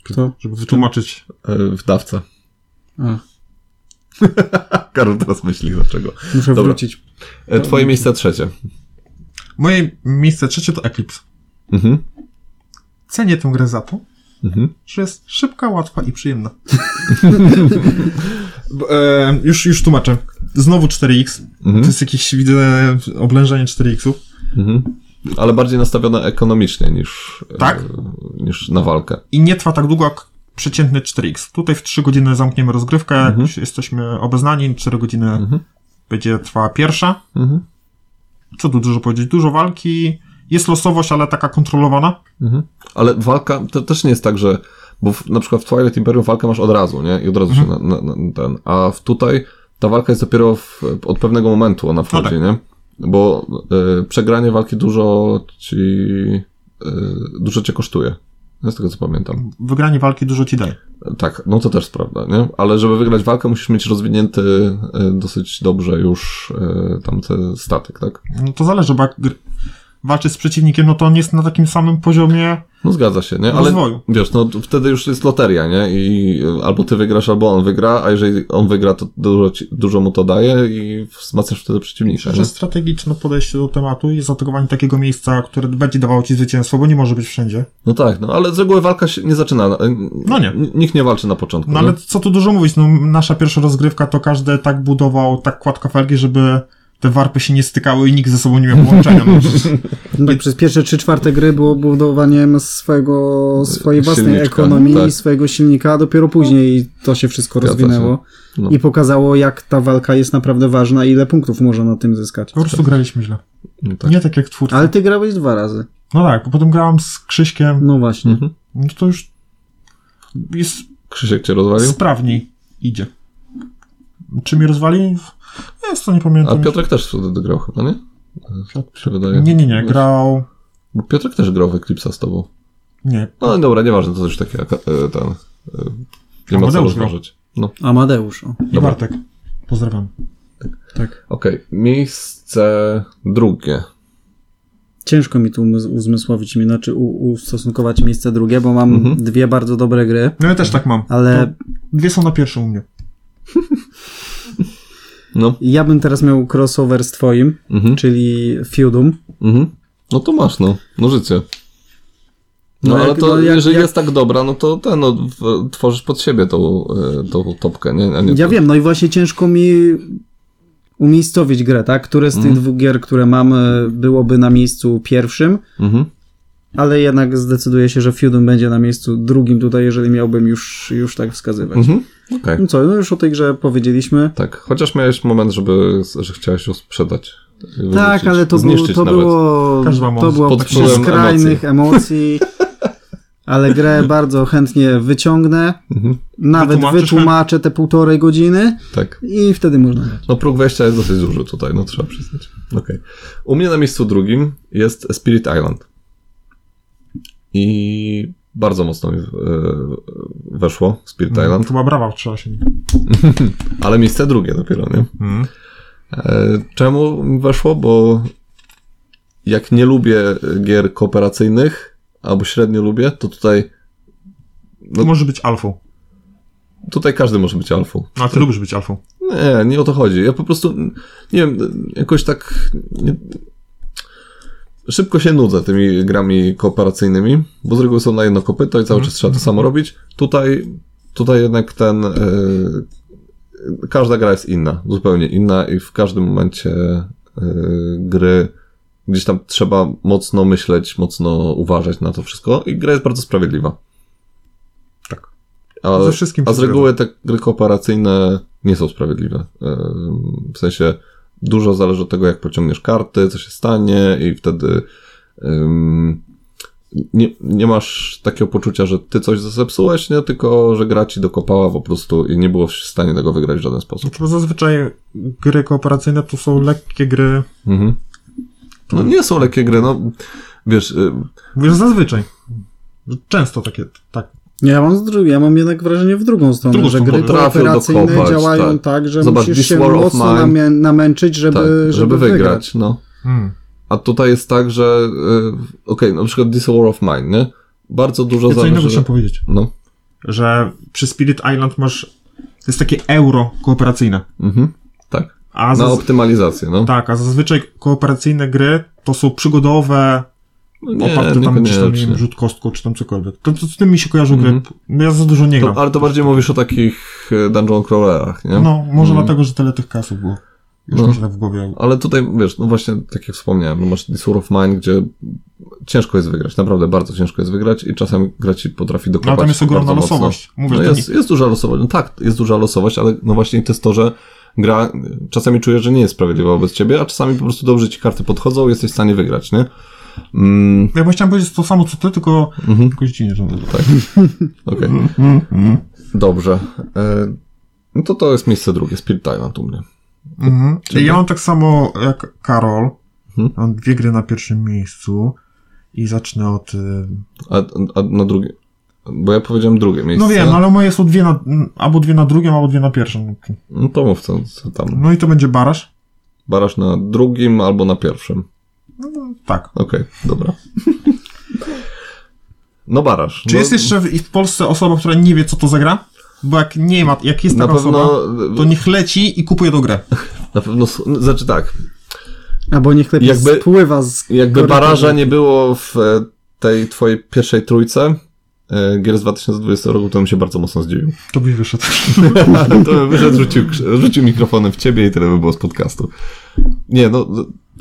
S3: Kto?
S2: żeby wytłumaczyć.
S1: e, w dawce.
S3: A,
S1: Karol teraz myśli, dlaczego.
S3: muszę
S1: Dobra.
S3: wrócić.
S1: E, Twoje miejsce trzecie.
S2: Moje miejsce trzecie to Eclipse.
S1: Mhm,
S2: Cenię tę grę za to,
S1: mhm.
S2: że jest szybka, łatwa
S1: <laughs>
S2: i przyjemna. Bo, e, już, już tłumaczę. Znowu 4X.
S1: Mhm.
S2: To jest jakieś, widzę, oblężenie 4X-ów.
S1: Mhm. Ale bardziej nastawione ekonomicznie niż, e,
S2: Tak?
S1: niż na walkę.
S2: i nie trwa tak długo jak przeciętny 4X. Tutaj w 3 godziny zamkniemy rozgrywkę, jak już jesteśmy obeznani, 4 godziny będzie trwała pierwsza.
S1: Mhm.
S2: Co tu dużo powiedzieć? Dużo walki, jest losowość, ale taka kontrolowana.
S1: Mhm. Ale walka to też nie jest tak, że. Bo w, na przykład w Twilight Imperium walkę masz od razu, nie? I od razu się na, na, na ten. A w tutaj ta walka jest dopiero w, od pewnego momentu ona wchodzi,
S2: tak.
S1: nie? Bo y, przegranie walki dużo ci. Y, dużo cię kosztuje. Ja Z tego co pamiętam.
S2: Wygranie walki dużo ci daje.
S1: Tak, no to też jest prawda, nie? Ale żeby wygrać walkę, musisz mieć rozwinięty y, dosyć dobrze już y, tam ten statek, tak?
S2: No to zależy, bo jak gr- walczysz z przeciwnikiem, no to on jest na takim samym poziomie.
S1: No zgadza się, nie? Ale
S2: Rozwoju.
S1: wiesz, no t- wtedy już jest loteria, nie? I y, albo ty wygrasz, albo on wygra, a jeżeli on wygra, to dużo, ci, dużo mu to daje i wzmacniasz wtedy przeciwnika.
S2: Że strategiczne podejście do tematu i zaatakowanie takiego miejsca, które będzie dawało ci zwycięstwo, bo nie może być wszędzie.
S1: No tak, no ale z reguły walka się nie zaczyna. na- y,
S2: No nie.
S1: n- Nikt nie walczy na początku.
S2: No
S1: nie?
S2: ale co tu dużo mówić, no nasza pierwsza rozgrywka to każdy tak budował, tak kładł kafelki, żeby te warpy się nie stykały i nikt ze sobą nie miał połączenia. No,
S1: Tak.
S3: No i przez pierwsze 3 czwarte gry było budowaniem swojego, swojej własnej
S1: Silniczka,
S3: ekonomii
S1: tak.
S3: i swojego silnika, a dopiero później to się wszystko
S1: Zgadza
S3: rozwinęło
S1: No.
S3: i pokazało, jak ta walka jest naprawdę ważna i ile punktów można na tym zyskać.
S2: po prostu graliśmy źle.
S1: No tak.
S2: Nie tak jak twórcy.
S3: Ale ty grałeś dwa razy.
S2: No tak, bo potem grałem z Krzyśkiem,
S3: No właśnie.
S1: Mhm.
S2: no to już jest
S1: Krzysiek cię rozwalił?
S2: sprawniej idzie. Czy mnie rozwali? Jest to nie
S1: A
S2: pamiętam.
S1: Piotrek też wtedy grał chyba, nie?
S2: Piotr-
S1: Się wydaje.
S2: Nie, nie, nie, grał...
S1: Bo Piotrek też grał w Eclipse'a z tobą.
S2: Nie,
S1: No ale dobra, nieważne, to już takie aka- e, ten... e, Nie ma co
S2: Amadeusz
S1: rozważać. No,
S3: Amadeusz. O.
S2: i
S1: Dobra.
S2: Bartek. Pozdrawiam.
S3: Tak.
S1: okej. Miejsce drugie.
S3: Ciężko mi tu umys- uzmysłowić, inaczej u- ustosunkować miejsce drugie, bo mam
S1: Mhm.
S3: dwie bardzo dobre gry,
S2: No ja też tak mam.
S3: ale
S2: Dwie są na pierwszym u mnie.
S1: No,
S3: ja bym teraz miał crossover z twoim,
S1: mhm,
S3: czyli Feudum.
S1: mhm. No to masz, no. No życie. No, ale
S3: jak-
S1: to,
S3: jak-
S1: jeżeli
S3: jak-
S1: jest tak dobra, no to ten, no, w, tworzysz pod siebie tą, e, tą topkę, nie? A nie
S3: Ja
S1: to-
S3: wiem, no i właśnie ciężko mi umiejscowić grę, tak? Które z tych
S1: Mhm.
S3: dwóch gier, które mam, e, byłoby na miejscu pierwszym,
S1: Mhm.
S3: ale jednak zdecyduję się, że Feudum będzie na miejscu drugim tutaj, jeżeli miałbym już, już tak wskazywać.
S1: Mhm. Okej.
S3: No co, no już o tej grze powiedzieliśmy.
S1: Tak, chociaż miałeś moment, żeby, że chciałeś ją sprzedać.
S3: Tak,
S1: Wyrzucić,
S3: ale to, było,
S1: zniszczyć
S3: to
S1: nawet.
S3: było,
S2: Każdy ma
S3: to
S2: moment.
S3: było
S1: Pod
S3: przy
S1: wpływem <laughs>
S3: skrajnych emocji, ale grę bardzo chętnie wyciągnę,
S1: Mhm.
S3: nawet
S2: Wytłumaczysz
S3: wytłumaczę te półtorej godziny
S1: Tak.
S3: i wtedy można grać.
S1: No próg wejścia jest dosyć duży tutaj, no trzeba przyznać. Okej. U mnie na miejscu drugim jest Spirit Island. I bardzo mocno mi e, weszło Spirit Island,
S2: Chyba brawa trzeba się.
S1: ale miejsce drugie dopiero, nie?
S2: Mhm.
S1: E, Czemu mi weszło? Bo jak nie lubię gier kooperacyjnych, albo średnio lubię, to tutaj, No.
S2: Może być alfą. No,
S1: tutaj każdy może być alfą.
S2: A ty lubisz być alfą.
S1: Nie, nie o to chodzi. Ja po prostu, nie wiem, jakoś tak nie, szybko się nudzę tymi grami kooperacyjnymi, bo z reguły są na jedno kopyto i cały czas trzeba to samo robić. Tutaj, tutaj jednak ten, e, każda gra jest inna, zupełnie inna i w każdym momencie e, gry gdzieś tam trzeba mocno myśleć, mocno uważać na to wszystko i gra jest bardzo sprawiedliwa.
S2: Tak.
S1: Ale,
S2: Ze wszystkim
S1: a
S2: się
S1: z reguły te gry kooperacyjne nie są sprawiedliwe. Ym, W sensie dużo zależy od tego, jak pociągniesz karty, co się stanie i wtedy ym, nie, nie masz takiego poczucia, że ty coś zepsułeś, nie? tylko że gra ci dokopała po prostu i nie było w stanie tego wygrać w żaden sposób.
S2: Znaczy, bo zazwyczaj gry kooperacyjne to są lekkie gry.
S1: Mhm. No nie są lekkie gry, no wiesz, ym,
S2: Wiesz, zazwyczaj. Często takie, tak.
S3: Ja mam, z dru- ja mam jednak wrażenie w drugą stronę,
S2: drugą
S3: że
S2: stronę,
S3: gry
S2: bo
S1: trafią
S3: kooperacyjne
S1: dokopać,
S3: działają
S1: tak.
S3: tak, że
S1: Zobacz,
S3: musisz
S1: This
S3: się
S1: War of
S3: mocno
S1: Mine.
S3: namie- namęczyć, żeby,
S1: tak, żeby,
S3: żeby,
S1: wygrać. No.
S2: Mm.
S1: A tutaj jest tak, że y, okej, na przykład This War of Mine, nie? Bardzo dużo
S2: Ja co innego
S1: zależy...
S2: chciałem powiedzieć.
S1: No.
S2: Że przy Spirit Island masz, to jest takie euro kooperacyjne.
S1: Mhm. Tak.
S2: A
S1: Na
S2: zaz...
S1: optymalizację, no.
S2: Tak, a zazwyczaj kooperacyjne gry to są przygodowe,
S1: nie,
S2: oparte tam gdzieś tam, nie
S1: niekoniecznie. No,
S2: wiem, rzut kostką, czy tam cokolwiek. To, to z tym mi się kojarzą
S1: Mhm.
S2: gry. No Ja za dużo nie gram.
S1: To, ale to bardziej mówisz o takich e, dungeon crawlerach, nie?
S2: No, może
S1: Mhm.
S2: dlatego, że tyle tych kasów było. Już
S1: No.
S2: mi się tak w głowie.
S1: Ale tutaj, wiesz, no właśnie, tak jak wspomniałem, no masz This War of Mine, gdzie ciężko jest wygrać, naprawdę bardzo ciężko jest wygrać i czasem gra ci potrafi dokopać
S2: No, ale tam jest ogromna
S1: bardzo mocno.
S2: losowość. Mówię,
S1: No
S2: to
S1: jest, jest duża losowość, no tak, jest duża losowość, ale no właśnie to jest to, że gra czasami czujesz, że nie jest sprawiedliwa wobec ciebie, a czasami po prostu dobrze ci karty podchodzą i jesteś w stanie wygrać, nie? Mm,
S2: Ja właśnie chciałem powiedzieć to samo co ty, tylko
S1: mhm,
S2: jakoś dziwnie to mówię. <laughs>
S1: tak. Okej. Dobrze. E, no to to jest miejsce drugie, Spirit Island u mnie.
S2: Mhm. Ja mam tak samo jak Karol.
S1: Mhm.
S2: Mam dwie gry na pierwszym miejscu. I zacznę od... y,
S1: A, a na drugie. Bo ja powiedziałem drugie miejsce.
S2: No wiem, no ale moje są dwie na... m, Albo dwie na drugim, albo dwie na pierwszym.
S1: No to mów co, co tam.
S2: No i to będzie Barasz.
S1: Barasz na drugim albo na pierwszym.
S2: Tak.
S1: Okej, dobra. No barasz.
S2: Czy
S1: no,
S2: jest jeszcze w, w Polsce osoba, która nie wie, co to za gra? Bo jak nie ma, jak jest
S1: Na
S2: taka
S1: pewno,
S2: osoba, to niech leci i kupuje tą grę.
S1: na pewno, s- znaczy tak,
S3: Albo niech lepiej
S1: Jakby-
S3: spływa z
S1: jakby
S3: korytarza.
S1: baraża nie było w e, tej twojej pierwszej trójce e, gier z 2020 roku, to bym się bardzo mocno <laughs> zdziwił.
S2: To byś wyszedł.
S1: to bym wyszedł, rzucił, krz- rzucił mikrofonem w ciebie i tyle by było z podcastu. Nie, no,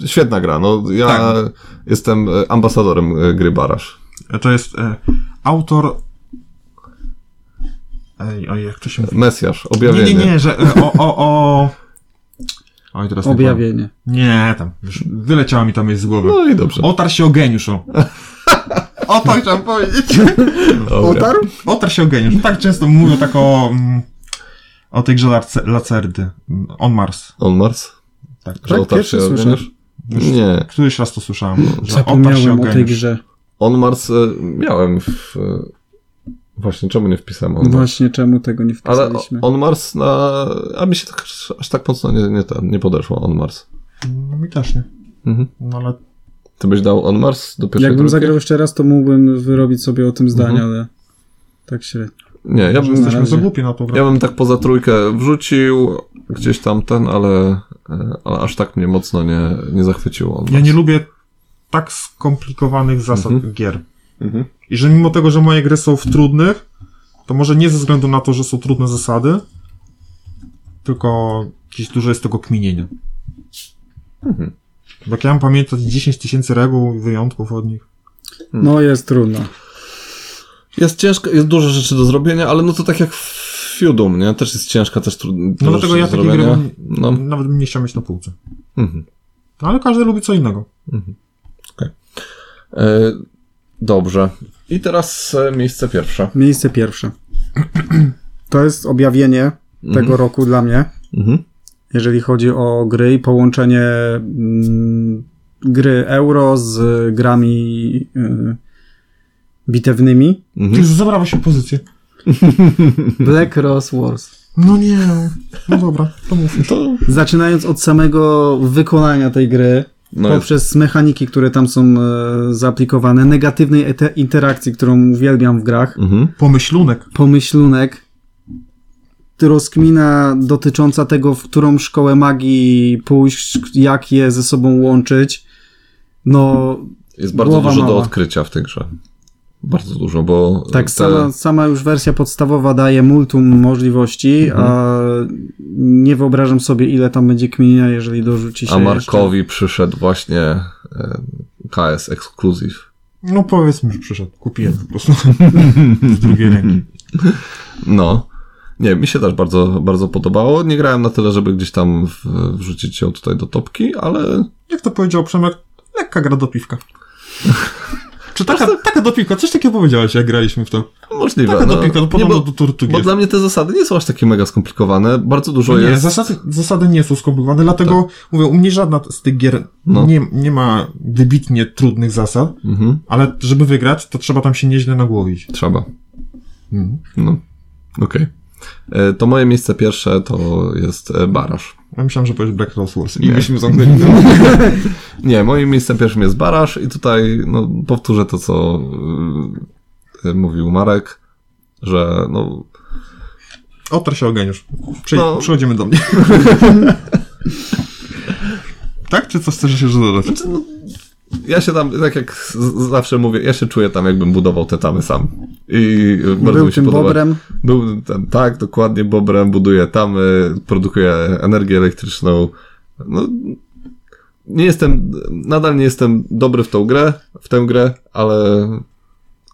S1: świetna gra. No, ja
S2: Tak.
S1: jestem e, ambasadorem e, gry Barasz.
S2: To jest e, autor. Ej, oj, jak to się mówi?
S1: Mesjasz,
S2: Nie,
S1: objawienie.
S2: nie, nie, że e, o, o, o. Oj, teraz nie powiem.
S3: Objawienie.
S2: Nie, tam. Już wyleciała mi tam jest z głowy.
S1: No i dobrze.
S2: Otarł się o geniusz. O, o to chciałem powiedzieć.
S1: Dobra.
S2: Otarł się o geniusz. Tak często mówią tak o. mm, O tej grze Lace- Lacerdy. Mm, On Mars.
S1: On Mars?
S2: Tak.
S1: Że otarł
S3: pierwszy
S1: się o
S3: słyszę.
S1: geniusz?
S2: Już
S1: Nie.
S2: Któryś raz to słyszałem. Że otarł się o
S3: Zapomniałem o tej
S2: geniusz.
S3: grze.
S1: On Mars e, miałem w... e, Właśnie, czemu nie wpisałem On Mars?
S3: Właśnie czemu tego nie
S1: Ale o-
S3: wpisaliśmy.
S1: On Mars na... A mi się tak, aż- aż tak mocno nie, nie, ten, nie podeszło On Mars.
S2: No mi też nie.
S1: Mhm.
S2: No ale
S1: Ty byś dał On Mhm. Mars do pierwszej
S3: Jakbym
S1: trójki?
S3: zagrał jeszcze raz, to mógłbym wyrobić sobie o tym zdanie, ale tak średnio.
S1: Nie, ja
S2: że
S1: bym,
S3: Znalazłem.
S2: jesteśmy
S3: razie.
S2: za głupi na tą grę.
S1: ja bym tak poza trójkę wrzucił gdzieś tam ten, ale, e, ale aż tak mnie mocno nie, nie zachwyciło. On
S2: Ja nie
S1: Mars.
S2: lubię tak skomplikowanych zasad gier.
S1: Mhm.
S2: I że mimo tego, że moje gry są w trudnych, to może nie ze względu na to, że są trudne zasady, tylko gdzieś dużo jest tego kminienia.
S1: Mhm.
S2: Bo jak ja mam pamiętać 10 tysięcy reguł i wyjątków od nich.
S1: Mhm.
S3: No jest trudno.
S1: Jest ciężko, jest dużo rzeczy do zrobienia, ale no to tak jak w Fiudum, nie? Też jest ciężka, też trudno.
S2: No dlatego ja
S1: do
S2: takiej gry
S1: zrobienia.
S2: bym-
S1: No.
S2: nawet bym nie chciał mieć na półce.
S1: Mhm.
S2: No, ale każdy lubi co innego.
S1: E, dobrze. I teraz e, miejsce pierwsze.
S3: Miejsce pierwsze. <clears throat> To jest objawienie tego roku dla mnie,
S1: Mhm.
S3: jeżeli chodzi o gry i połączenie mm, gry euro z grami y, bitewnymi.
S1: Mhm.
S2: Ty zabrałeś się pozycję.
S3: <laughs> Black Rose Wars.
S2: No nie. No dobra, to mów.
S1: To,
S3: Zaczynając od samego wykonania tej gry,
S1: no jest,
S3: poprzez mechaniki, które tam są e, zaaplikowane, negatywnej ete- interakcji, którą uwielbiam w grach,
S1: mhm.
S2: Pomyślunek.
S3: pomyślunek, rozkmina dotycząca tego, w którą szkołę magii pójść, jak je ze sobą łączyć. No,
S1: jest bardzo
S3: Głowa
S1: dużo do
S3: mała.
S1: odkrycia w tej grze. Bardzo dużo, bo.
S3: tak
S1: te-
S3: sama, sama już wersja podstawowa daje multum możliwości, a
S1: Mhm.
S3: nie wyobrażam sobie, ile tam będzie kminienia, jeżeli dorzuci się
S1: A
S3: jeszcze.
S1: Markowi przyszedł właśnie e, KS Exclusive.
S2: No powiedzmy, że przyszedł. Kupiłem po
S1: <laughs>
S2: prostu. Z drugiej ręki.
S1: No. Nie, mi się też bardzo, bardzo podobało. Nie grałem na tyle, żeby gdzieś tam w, wrzucić ją tutaj do topki, ale
S2: Jak to powiedział Przemek, lekka gra do piwka. Czy taka, taka do piwka? Coś takiego powiedziałeś, jak graliśmy w to.
S1: możliwe.
S2: Taka
S1: no.
S2: do piwka, Tak, to
S1: nie,
S2: podobno
S1: bo, bo
S2: do tortugi.
S1: dla mnie te zasady nie są aż takie mega skomplikowane. Bardzo dużo
S2: Nie,
S1: jest. Tak.
S2: zasady, zasady nie są skomplikowane, dlatego mówię, u mnie żadna z tych gier
S1: No.
S2: nie, nie ma wybitnie trudnych zasad,
S1: Mhm,
S2: ale żeby wygrać, to trzeba tam się nieźle nagłowić.
S1: trzeba.
S2: Mhm.
S1: No. Okej. E, To moje miejsce pierwsze to jest e, Barasz.
S2: Ja myślałem, że powiesz Black Rose Wars i
S1: Nie.
S2: byśmy zamknęli <laughs> to.
S1: Nie, moim miejscem pierwszym jest Barasz i tutaj no, powtórzę to, co y, mówił Marek, że no,
S2: Otar się o geniusz. Przyj-
S1: No. <laughs>
S2: Przychodzimy do mnie. tak? Czy coś chcesz jeszcze dodać?
S1: znaczy, no ja się tam, tak jak z- z- zawsze mówię, ja się czuję tam, jakbym budował te tamy sam. I y, bardzo
S3: Był
S1: mi się
S3: tym
S1: podoba.
S3: bobrem.
S1: Był tam, tak, dokładnie Bobrem, buduje tamy, produkuje energię elektryczną. No, nie jestem, nadal nie jestem dobry w tą grę, w tę grę, ale...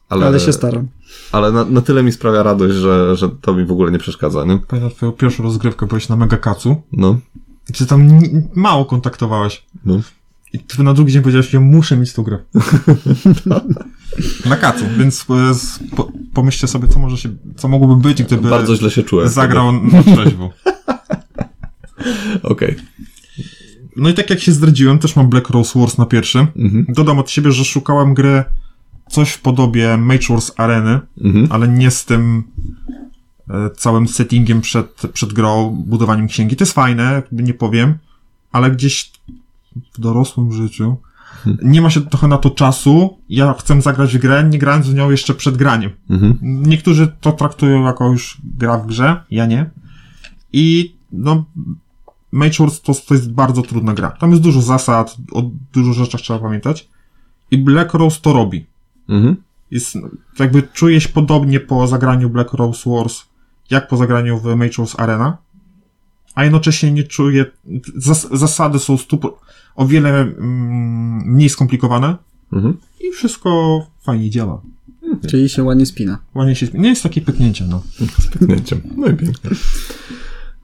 S3: Ale... się staram.
S1: Ale na, na tyle mi sprawia radość, że, że to mi w ogóle nie przeszkadza, nie?
S2: Pamiętam twoją pierwszą rozgrywkę, byłeś na Mega Kacu.
S1: No,
S2: Czy tam ni- mało kontaktowałeś?
S1: no.
S2: I ty na drugi dzień powiedziałeś, ja muszę
S1: <laughs>
S2: mieć tą grę. na kacu, więc e, s- po, pomyślcie sobie, co może się, co mogłoby być, gdyby
S1: Bardzo źle się czułem.
S2: zagrał na trzeźwo.
S1: wtedy. Okej.
S2: No i tak jak się zdradziłem, też mam Black Rose Wars na pierwszym.
S1: Mhm,
S2: Dodam od siebie, że szukałem gry coś w podobie Mage Wars Areny,
S1: mhm,
S2: ale nie z tym e, całym settingiem przed, przed grą, budowaniem księgi. To jest fajne, jakby nie powiem, ale gdzieś w dorosłym życiu nie ma się trochę na to czasu. Ja chcę zagrać w grę, nie grając w nią jeszcze przed graniem.
S1: mhm.
S2: Niektórzy to traktują jako już gra w grze, ja nie. I no, Mage Wars to, to jest bardzo trudna gra. Tam jest dużo zasad, o dużo rzeczach trzeba pamiętać. I Black Rose to robi
S1: mhm.
S2: jest, jakby czuję się podobnie po zagraniu Black Rose Wars, jak po zagraniu w Matrix Arena. a jednocześnie nie czuję. Zas zasady są stu, o wiele mm, mniej skomplikowane
S1: Mhm.
S2: i wszystko fajnie działa.
S3: Czyli się ładnie spina.
S2: Ładnie się. Nie jest takie pyknięcie, no.
S1: Pyknięciem. No i pięknie.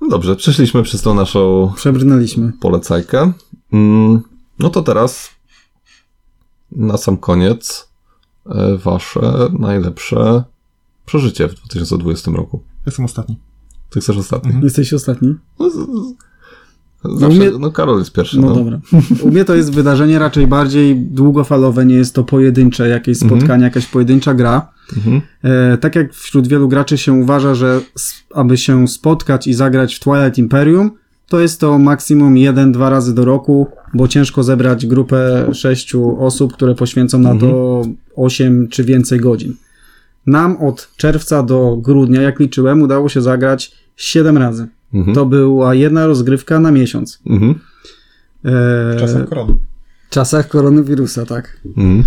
S1: No dobrze, przeszliśmy przez tą naszą
S3: Przebrnęliśmy.
S1: polecajkę. Mm, No to teraz na sam koniec e, wasze najlepsze przeżycie w 2020 roku.
S2: Jestem ostatni.
S1: Ty chcesz ostatni?
S2: Mhm.
S3: Jesteś ostatni?
S1: No, z, z, zawsze,
S3: mnie-
S1: no Karol jest pierwszy.
S3: No,
S1: No,
S3: dobra. U mnie to jest wydarzenie raczej bardziej długofalowe, nie jest to pojedyncze jakieś
S1: Mhm.
S3: spotkanie, jakaś pojedyncza gra.
S1: Mhm.
S3: E, tak jak wśród wielu graczy się uważa, że s- aby się spotkać i zagrać w Twilight Imperium, to jest to maksimum 1-2 razy do roku, bo ciężko zebrać grupę sześciu osób, które poświęcą na to
S1: Mhm.
S3: 8 czy więcej godzin. Nam od czerwca do grudnia, jak liczyłem, udało się zagrać 7 razy.
S1: Mhm.
S3: To była jedna rozgrywka na miesiąc.
S1: Mhm.
S3: E,
S2: Czasem korona.
S3: czasach koronawirusa, tak.
S1: Mhm.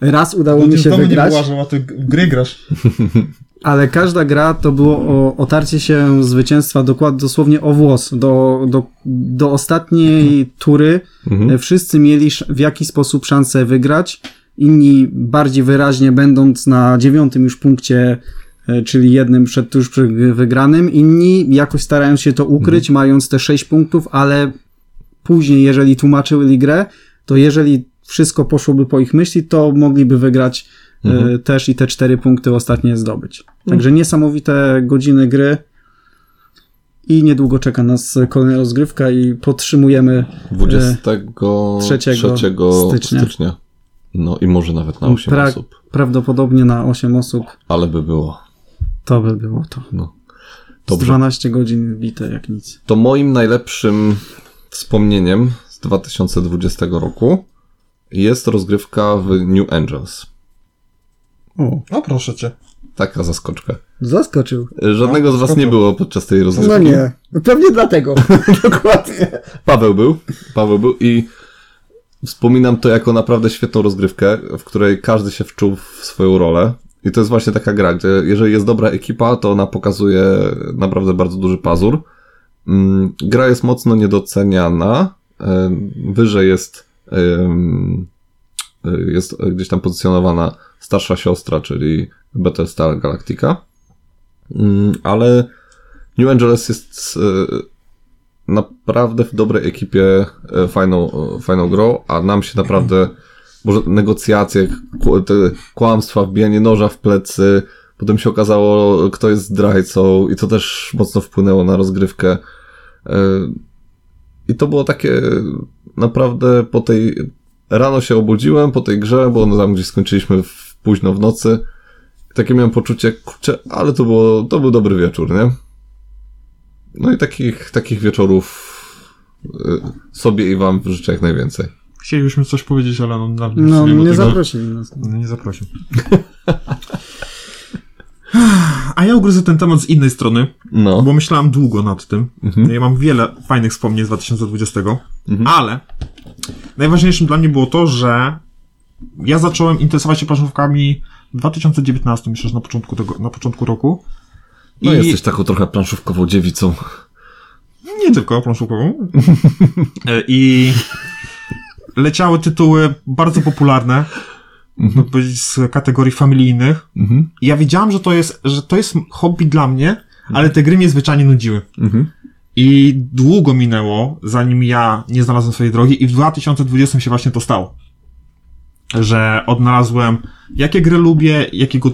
S3: Raz udało mi
S2: Ludzie
S3: się
S2: w domu nie
S3: wygrać,
S2: wyłażą, a ty w gry grasz.
S3: ale każda gra to było o, otarcie się zwycięstwa dokład, dosłownie o włos. Do, do, do ostatniej tury
S1: Mhm.
S3: e, wszyscy mieli sz- w jakiś sposób szansę wygrać. Inni bardziej wyraźnie będąc na dziewiątym już punkcie, e, czyli jednym przed tuż przy wygranym, inni jakoś starają się to ukryć, mając te sześć punktów, ale później, jeżeli tłumaczyli grę, to jeżeli wszystko poszłoby po ich myśli, to mogliby wygrać e,
S1: Mhm.
S3: też i te cztery punkty ostatnie zdobyć.
S4: Mhm.
S3: Także niesamowite godziny gry i niedługo czeka nas kolejna rozgrywka i podtrzymujemy
S1: 23
S3: stycznia.
S1: stycznia. No i może nawet na 8
S3: Pra-
S1: osób.
S3: Prawdopodobnie na 8 osób
S1: Ale by było.
S3: to by było to.
S1: No.
S3: Z
S1: Dobrze.
S3: 12 godzin bite jak nic.
S1: To moim najlepszym wspomnieniem z 2020 roku jest rozgrywka w New Angels.
S3: O,
S2: No proszę cię.
S1: Taka zaskoczka.
S4: Zaskoczył.
S1: Żadnego z was nie było podczas tej rozgrywki.
S4: No nie. Pewnie
S1: <laughs>
S4: dlatego. Dokładnie.
S1: Paweł był, Paweł był i wspominam to jako naprawdę świetną rozgrywkę, w której każdy się wczuł w swoją rolę. I to jest właśnie taka gra, gdzie jeżeli jest dobra ekipa, to ona pokazuje naprawdę bardzo duży pazur. Mm, Gra jest mocno niedoceniana. em, Wyżej jest, em, e, jest gdzieś tam pozycjonowana starsza siostra, czyli Battlestar Galactica. Mm, Ale New Angeles jest e, naprawdę w dobrej ekipie e, fajną, e, fajną grą, a nam się naprawdę <clears throat> może negocjacje, ku- te kłamstwa, wbijanie noża w plecy, potem się okazało, kto jest zdrajcą i to też mocno wpłynęło na rozgrywkę. E, I to było takie naprawdę po tej... Rano się obudziłem po tej grze, bo no tam gdzieś skończyliśmy w, późno w nocy. Takie miałem poczucie, kurczę, ale to, było, to był dobry wieczór, nie? No i takich, takich wieczorów y, sobie i wam życzę jak najwięcej.
S2: Chcielibyśmy coś powiedzieć, ale no, na,
S3: no
S2: sobie
S3: nie
S2: do tego- No,
S3: zaprosili nas.
S2: Nie zaprosił. <laughs> A ja ugryzę ten temat z innej strony,
S1: No.
S2: bo myślałem długo nad tym.
S1: Mhm.
S2: Ja mam wiele fajnych wspomnień z 2020,
S1: Mhm.
S2: ale najważniejszym dla mnie było to, że ja zacząłem interesować się planszówkami w 2019, myślę, że na początku, tego, na początku roku.
S1: No jesteś taką trochę planszówkową dziewicą.
S2: Nie
S1: <laughs>
S2: tylko planszówkową. E, I leciały tytuły bardzo popularne, można powiedzieć z kategorii familijnych.
S1: Mhm.
S2: I ja wiedziałam, że to jest, że to jest hobby dla mnie, ale te gry mnie zwyczajnie nudziły.
S1: Mhm.
S2: I długo minęło, zanim ja nie znalazłem swojej drogi, i w 2020 się właśnie to stało. Że odnalazłem, jakie gry lubię, jakiego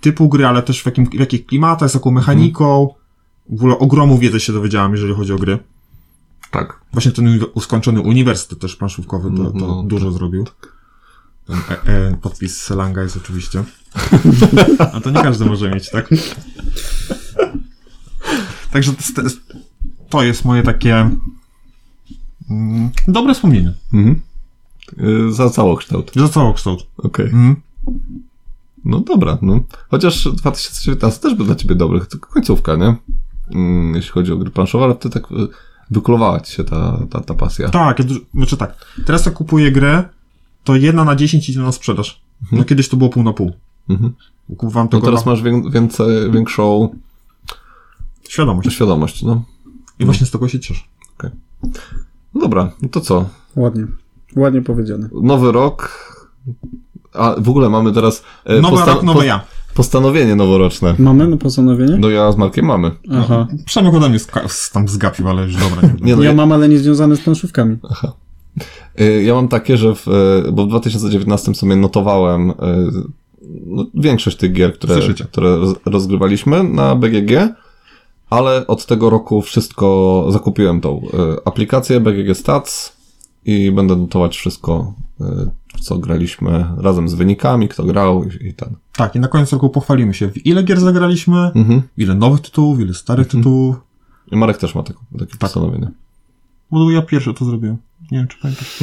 S2: typu gry, ale też w, jakim, w jakich klimatach, z jaką mechaniką. W ogóle ogromu wiedzy się dowiedziałem, jeżeli chodzi o gry.
S1: Tak.
S2: Właśnie ten uniwe- uskończony uniwersytet też planszówkowy to, to
S1: No, no,
S2: dużo zrobił. E, e, podpis Selanga jest oczywiście.
S1: <laughs>
S2: A to nie każdy może mieć, tak? Także to jest- to jest- to jest moje takie mm, dobre wspomnienie.
S1: Mhm. Y, Za całokształt.
S2: Za całokształt.
S1: Okej.
S2: Mhm.
S1: No dobra, no. Chociaż 2019 też był dla ciebie dobry, tylko końcówka, nie? Mm, Jeśli chodzi o gry planszowe, ale wtedy tak y, wykulowała ci się ta, ta, ta pasja.
S2: Tak, ja dużo, znaczy tak. Teraz jak kupuję grę, to jedna na 10 idzie na sprzedaż. No kiedyś to było pół na pół.
S1: Mhm.
S2: Kupowałem
S1: No
S2: tylko
S1: teraz
S2: na
S1: masz wię- więcej, większą
S2: świadomość.
S1: świadomość, no.
S2: I właśnie z tego się cieszę.
S1: No dobra, no to co?
S3: Ładnie. Ładnie powiedziane.
S1: Nowy rok. A w ogóle mamy teraz. e,
S2: Nowy
S1: posta-
S2: rok, nowe
S1: po-
S2: ja.
S1: Postanowienie noworoczne.
S3: Mamy no postanowienie?
S1: No ja z Markiem mamy.
S3: Aha.
S2: Przemek ode mnie ska- s- tam zgapił, ale już dobra. Nie
S1: Nie no,
S3: Ja
S1: ja,
S3: mam, ale nie związane z planszówkami.
S1: y, ja mam takie, że w, y, bo w 2019 sobie notowałem y, no, większość tych gier, które,
S2: Słyszycie.
S1: które roz- rozgrywaliśmy na BGG, ale od tego roku wszystko zakupiłem tą y, aplikację BGG Stats i będę notować wszystko, y, w co graliśmy razem z wynikami, kto grał i, i ten.
S2: tak, i na koniec roku pochwalimy się, w ile gier zagraliśmy,
S1: Mhm.
S2: ile nowych tytułów, ile starych tytułów.
S1: I Marek też ma taką, takie postanowienie.
S2: No Bo ja pierwszy to zrobiłem. Nie wiem, czy pamiętasz.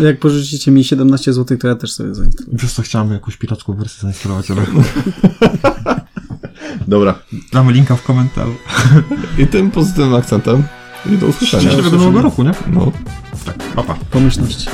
S3: Jak pożyczycie mi 17 zł, to ja też sobie zainstaluję.
S2: Przez co chciałem jakąś piracką wersję zainstalować, ale
S1: Dobra.
S2: damy linka w komentarzu.
S1: I tym pozytywnym akcentem i do usłyszenia.
S2: Szczęśliwego nowego roku, nie?
S1: No.
S2: Tak, papa. Pa.
S3: Pomyślności.